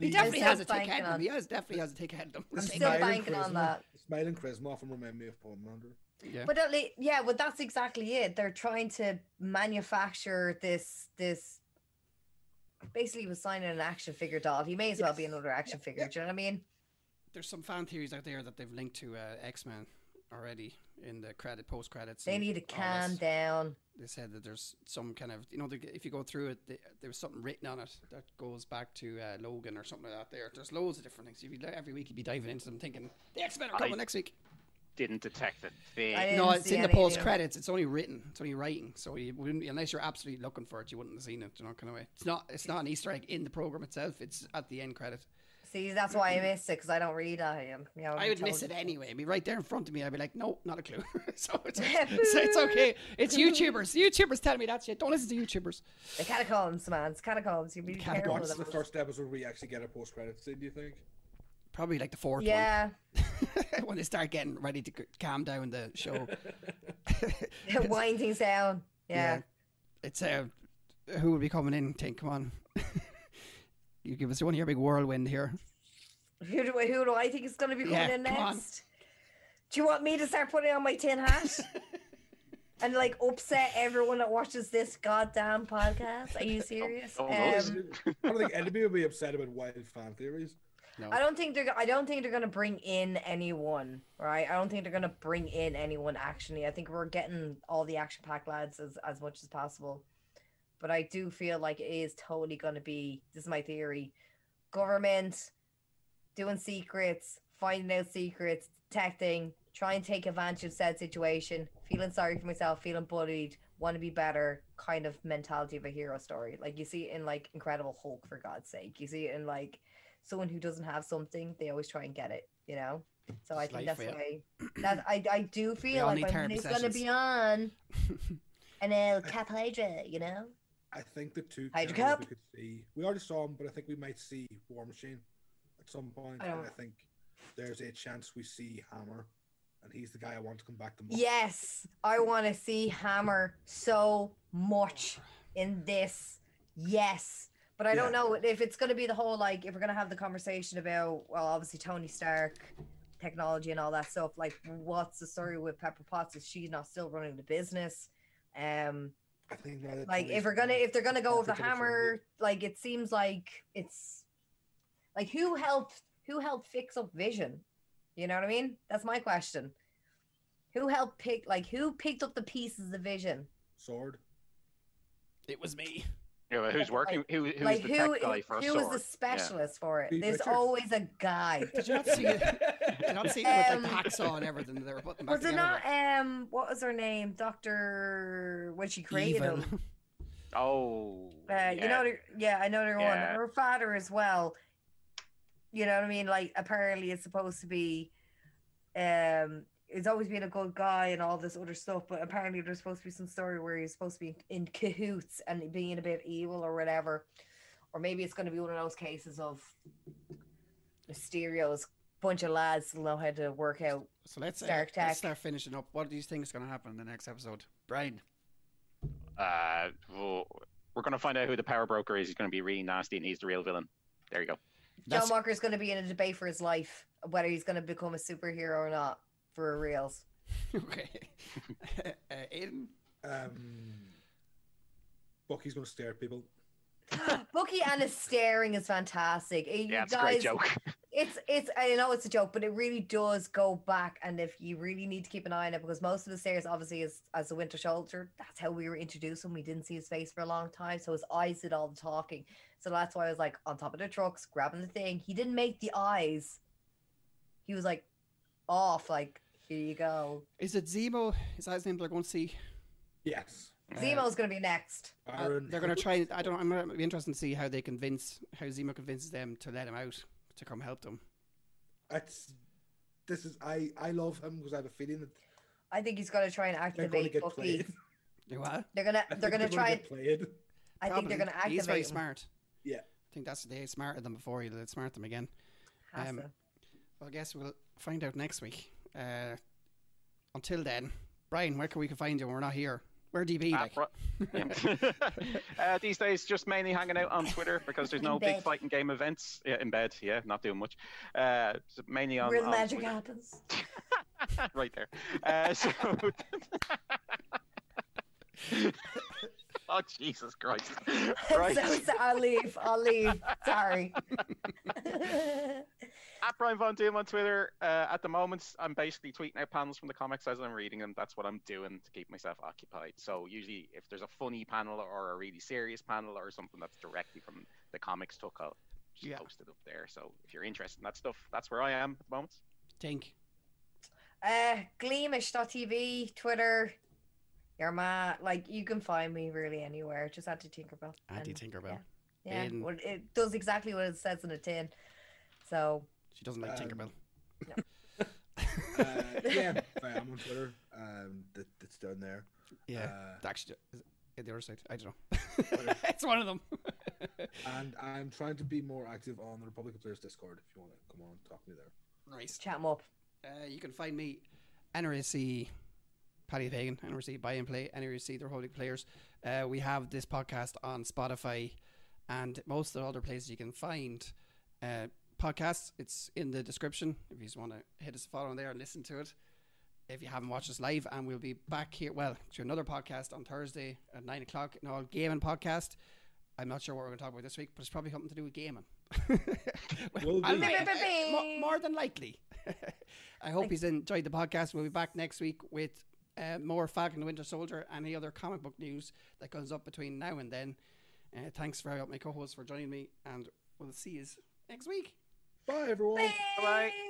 He
the-
definitely
still
has a thick
banking
head on
on-
him. He has definitely has a thick head on [laughs]
the
him.
still
smile and
banking on
charisma-
that.
the Smile and charisma often remind me of Paul Mander.
Yeah.
But at least, yeah, well, that's exactly it. They're trying to manufacture this this. Basically, he was signing an action figure doll. He may as well be another action figure. Do you know what I mean?
There's some fan theories out there that they've linked to uh, X Men already in the credit post credits.
They
and
need to
all this.
calm down.
They said that there's some kind of you know the, if you go through it, the, there was something written on it that goes back to uh, Logan or something like that. There, there's loads of different things. If you every week you'd be diving into them, thinking the X Men are
I-
coming next week.
Didn't detect it. They,
I
No,
didn't
it's
see
in the
any of them.
post credits. It's only written. It's only writing. So you wouldn't unless you're absolutely looking for it, you wouldn't have seen it. You know, kind of way. It's not. It's not an Easter egg in the program itself. It's at the end credit.
See, that's why I missed it because I don't read I am. You know,
I would miss it
told-
anyway. It'd be right there in front of me. I'd be like, no, not a clue. [laughs] so,
[laughs]
it's, so it's okay. It's YouTubers. YouTubers telling me that shit. Don't listen to YouTubers.
The catacombs, man. It's catacombs. You'd be careful
Catacombs.
of
What's the
them.
first episode where we actually get a post credit scene? Do you think?
Probably like the fourth
Yeah, [laughs]
one [laughs] when they start getting ready to c- calm down the show.
winding down. Yeah.
It's uh, who will be coming in? Think, come on. [laughs] you give us one of your big whirlwind here.
Who do I, who do I think is going to be coming
Yeah,
in
come on.
next? Do you want me to start putting on my
[laughs]
tin hat and like upset everyone that watches this goddamn podcast?
[laughs]
Are you serious?
oh, those-
Um,
I don't think anybody would be upset about wild fan theories.
No.
I don't think they're. go- I don't think they're going to bring in anyone, right? I don't think they're going to bring in anyone. Actually, I think we're getting all the action pack lads as as much as possible. But I do feel like it is totally going to be. This is my theory: government doing secrets, finding out secrets, detecting, trying to take advantage of said situation, feeling sorry for myself, feeling bullied, want to be better, kind of mentality of a hero story. Like you see it in like Incredible Hulk, for God's sake. You see it in like someone who doesn't have something, they always try and get it, you know? So I
It's
think
life,
that's
yeah.
why that I, I do feel
all
like
need
my
therapy
money's gonna be
sessions.
on an El Cap Hydra, you know?
I think the two
Hydra
characters
Cup.
we could see. We already saw them, but I think we might see War Machine at some point.
I
and
don't-
I think there's a chance we see Hammer, and he's the guy I want to come back to. Most.
Yes, I wanna see Hammer so much in this. Yes. But I don't
Yeah.
know if it's gonna be the whole like if we're gonna have the conversation about well obviously Tony Stark technology and all that stuff, like what's the story with Pepper Potts? Is she not still running the business? Um
I think now that
like
Tony's
if we're gonna
gone,
if they're gonna go with the
perfect opportunity.
hammer like it seems like it's like who helped who helped fix up vision you know what i mean that's my question who helped pick like who picked up the pieces of vision
sword.
[laughs] It was me.
yeah, but who's working? Who, who's
like
the
who
tech guy for a
who is
sword?
the specialist for it
Reed
there's
Richards.
always a guy
Did you not see it? Did you not see it with
Um,
like the hacksaw and everything that they were putting back
was it
together?
not um what was her name dr when she created
Evil.
him
Oh,
Uh, You know, the- yeah, I know they're one.
Yeah.
Her father as well. You know what I mean? Like apparently it's supposed to be um it's always been a good guy and all this other stuff, but apparently there's supposed to be some story where he's supposed to be in cahoots and being a bit evil or whatever. Or maybe it's gonna be one of those cases of Mysterio's bunch of lads will know how to work out.
[laughs] So let's, uh,
Stark Tech.
let's start finishing up. What do you think is going to happen in the next episode?
[laughs]
Brian.
uh, well, we're gonna find out who the power broker is. He's gonna be really nasty, and he's the real villain. There you go.
That's,
John Walker's gonna be in a debate for his life, whether he's gonna become a superhero or not, for reals.
okay. [laughs] uh, Aiden.
[laughs] Um, Bucky's gonna stare at people.
[gasps] Bucky and his staring is fantastic. Eh, you
Yeah, it's a
guys,
great joke.
It's it's I know it's a joke, but it really does go back. And if you really need to keep an eye on it, because most of the stairs obviously is as the Winter Soldier, that's how we were introduced and we didn't see his face for a long time. So his eyes did all the talking. So that's why I was like on top of the trucks, grabbing the thing. He didn't make the eyes. He was like off, like, here you go.
Is it Zemo? Is that his name they're going to see?
Yes. Uh,
Zemo's gonna be next.
Uh,
Aaron,
they're going to try. I don't. I'm going to be interested to see how they convince how Zemo convinces them to let him out to come help them.
That's this is I I love him because I have a feeling that
I think he's gonna try and
they're going to
activate
get
Bucky.
played.
You what?
They're gonna
[laughs] I
they're
think
gonna try.
get played.
[laughs] I think
Probably.
they're gonna activate.
He's very
him.
smart.
Yeah.
I think that's they smarted them before he did smart them again.
Has
Um,
to.
Well, I guess we'll find out next week. Uh, until then, Brian, where can we can find you when we're not here? Where DB?
Ah,
like?
right. Yeah. [laughs] uh, these days, just mainly hanging out on Twitter because
[laughs]
there's
In
no big
bed.
fighting game events. Yeah, in bed, yeah, not doing much. Uh, so mainly on,
Real
on
magic
Twitter.
happens.
[laughs] right there.
[laughs]
Uh, so. [laughs] oh
[laughs]
Jesus Christ! Right.
so, so I'll leave. I'll leave. Sorry.
at Brian Von Doom on Twitter. Uh, at the moment, I'm basically tweeting out panels from the comics as I'm reading them. That's what I'm doing to keep myself occupied. So usually, if there's a funny panel or a really serious panel or something that's directly from the comics, took I'll just
Yeah.
post it up there. So if you're interested in that stuff, that's where I am at the moment.
Tink.
uh, Gleamish.tv, Twitter, your ma. Like, you can find me really anywhere. Just anti Tinkerbell.
Anti
and-
Tinkerbell.
Um, yeah. Yeah.
in-
Well, it does exactly what it says in the tin. So,
She doesn't like Tinkerbell.
Um,
[laughs]
Uh, yeah, I'm on Twitter. Um, that, that's down there.
yeah.
Uh,
Actually, is it the other side? I don't know. [laughs] it's one of them.
And I'm trying to be more active on the Republic of Players Discord if you want to come on and talk to me there.
nice.
chat 'em up.
Uh, you can find me NRC Paddy Fagan, NRC Buy and Play, NRC They're Holding Players. Uh, we have this podcast on Spotify and most of the other places you can find uh, podcasts. It's in the description if you just want to hit us a follow on there and listen to it. If you haven't watched us live, and we'll be back here, well, to another podcast on Thursday at nine o'clock, an all gaming podcast. I'm not sure what we're going to talk about this week, but it's probably something to do with gaming. [laughs]
Will
I'll
do.
make-
Beep, beep, beep,
mo-
beep.
eh, more than likely. [laughs] I hope he's enjoyed the podcast. We'll be back next week with uh, more Falcon and the Winter Soldier and any other comic book news that comes up between now and then. Uh, thanks very much, my co hosts for joining me, and we'll see you next week.
Bye, everyone.
Bye-bye.
Bye.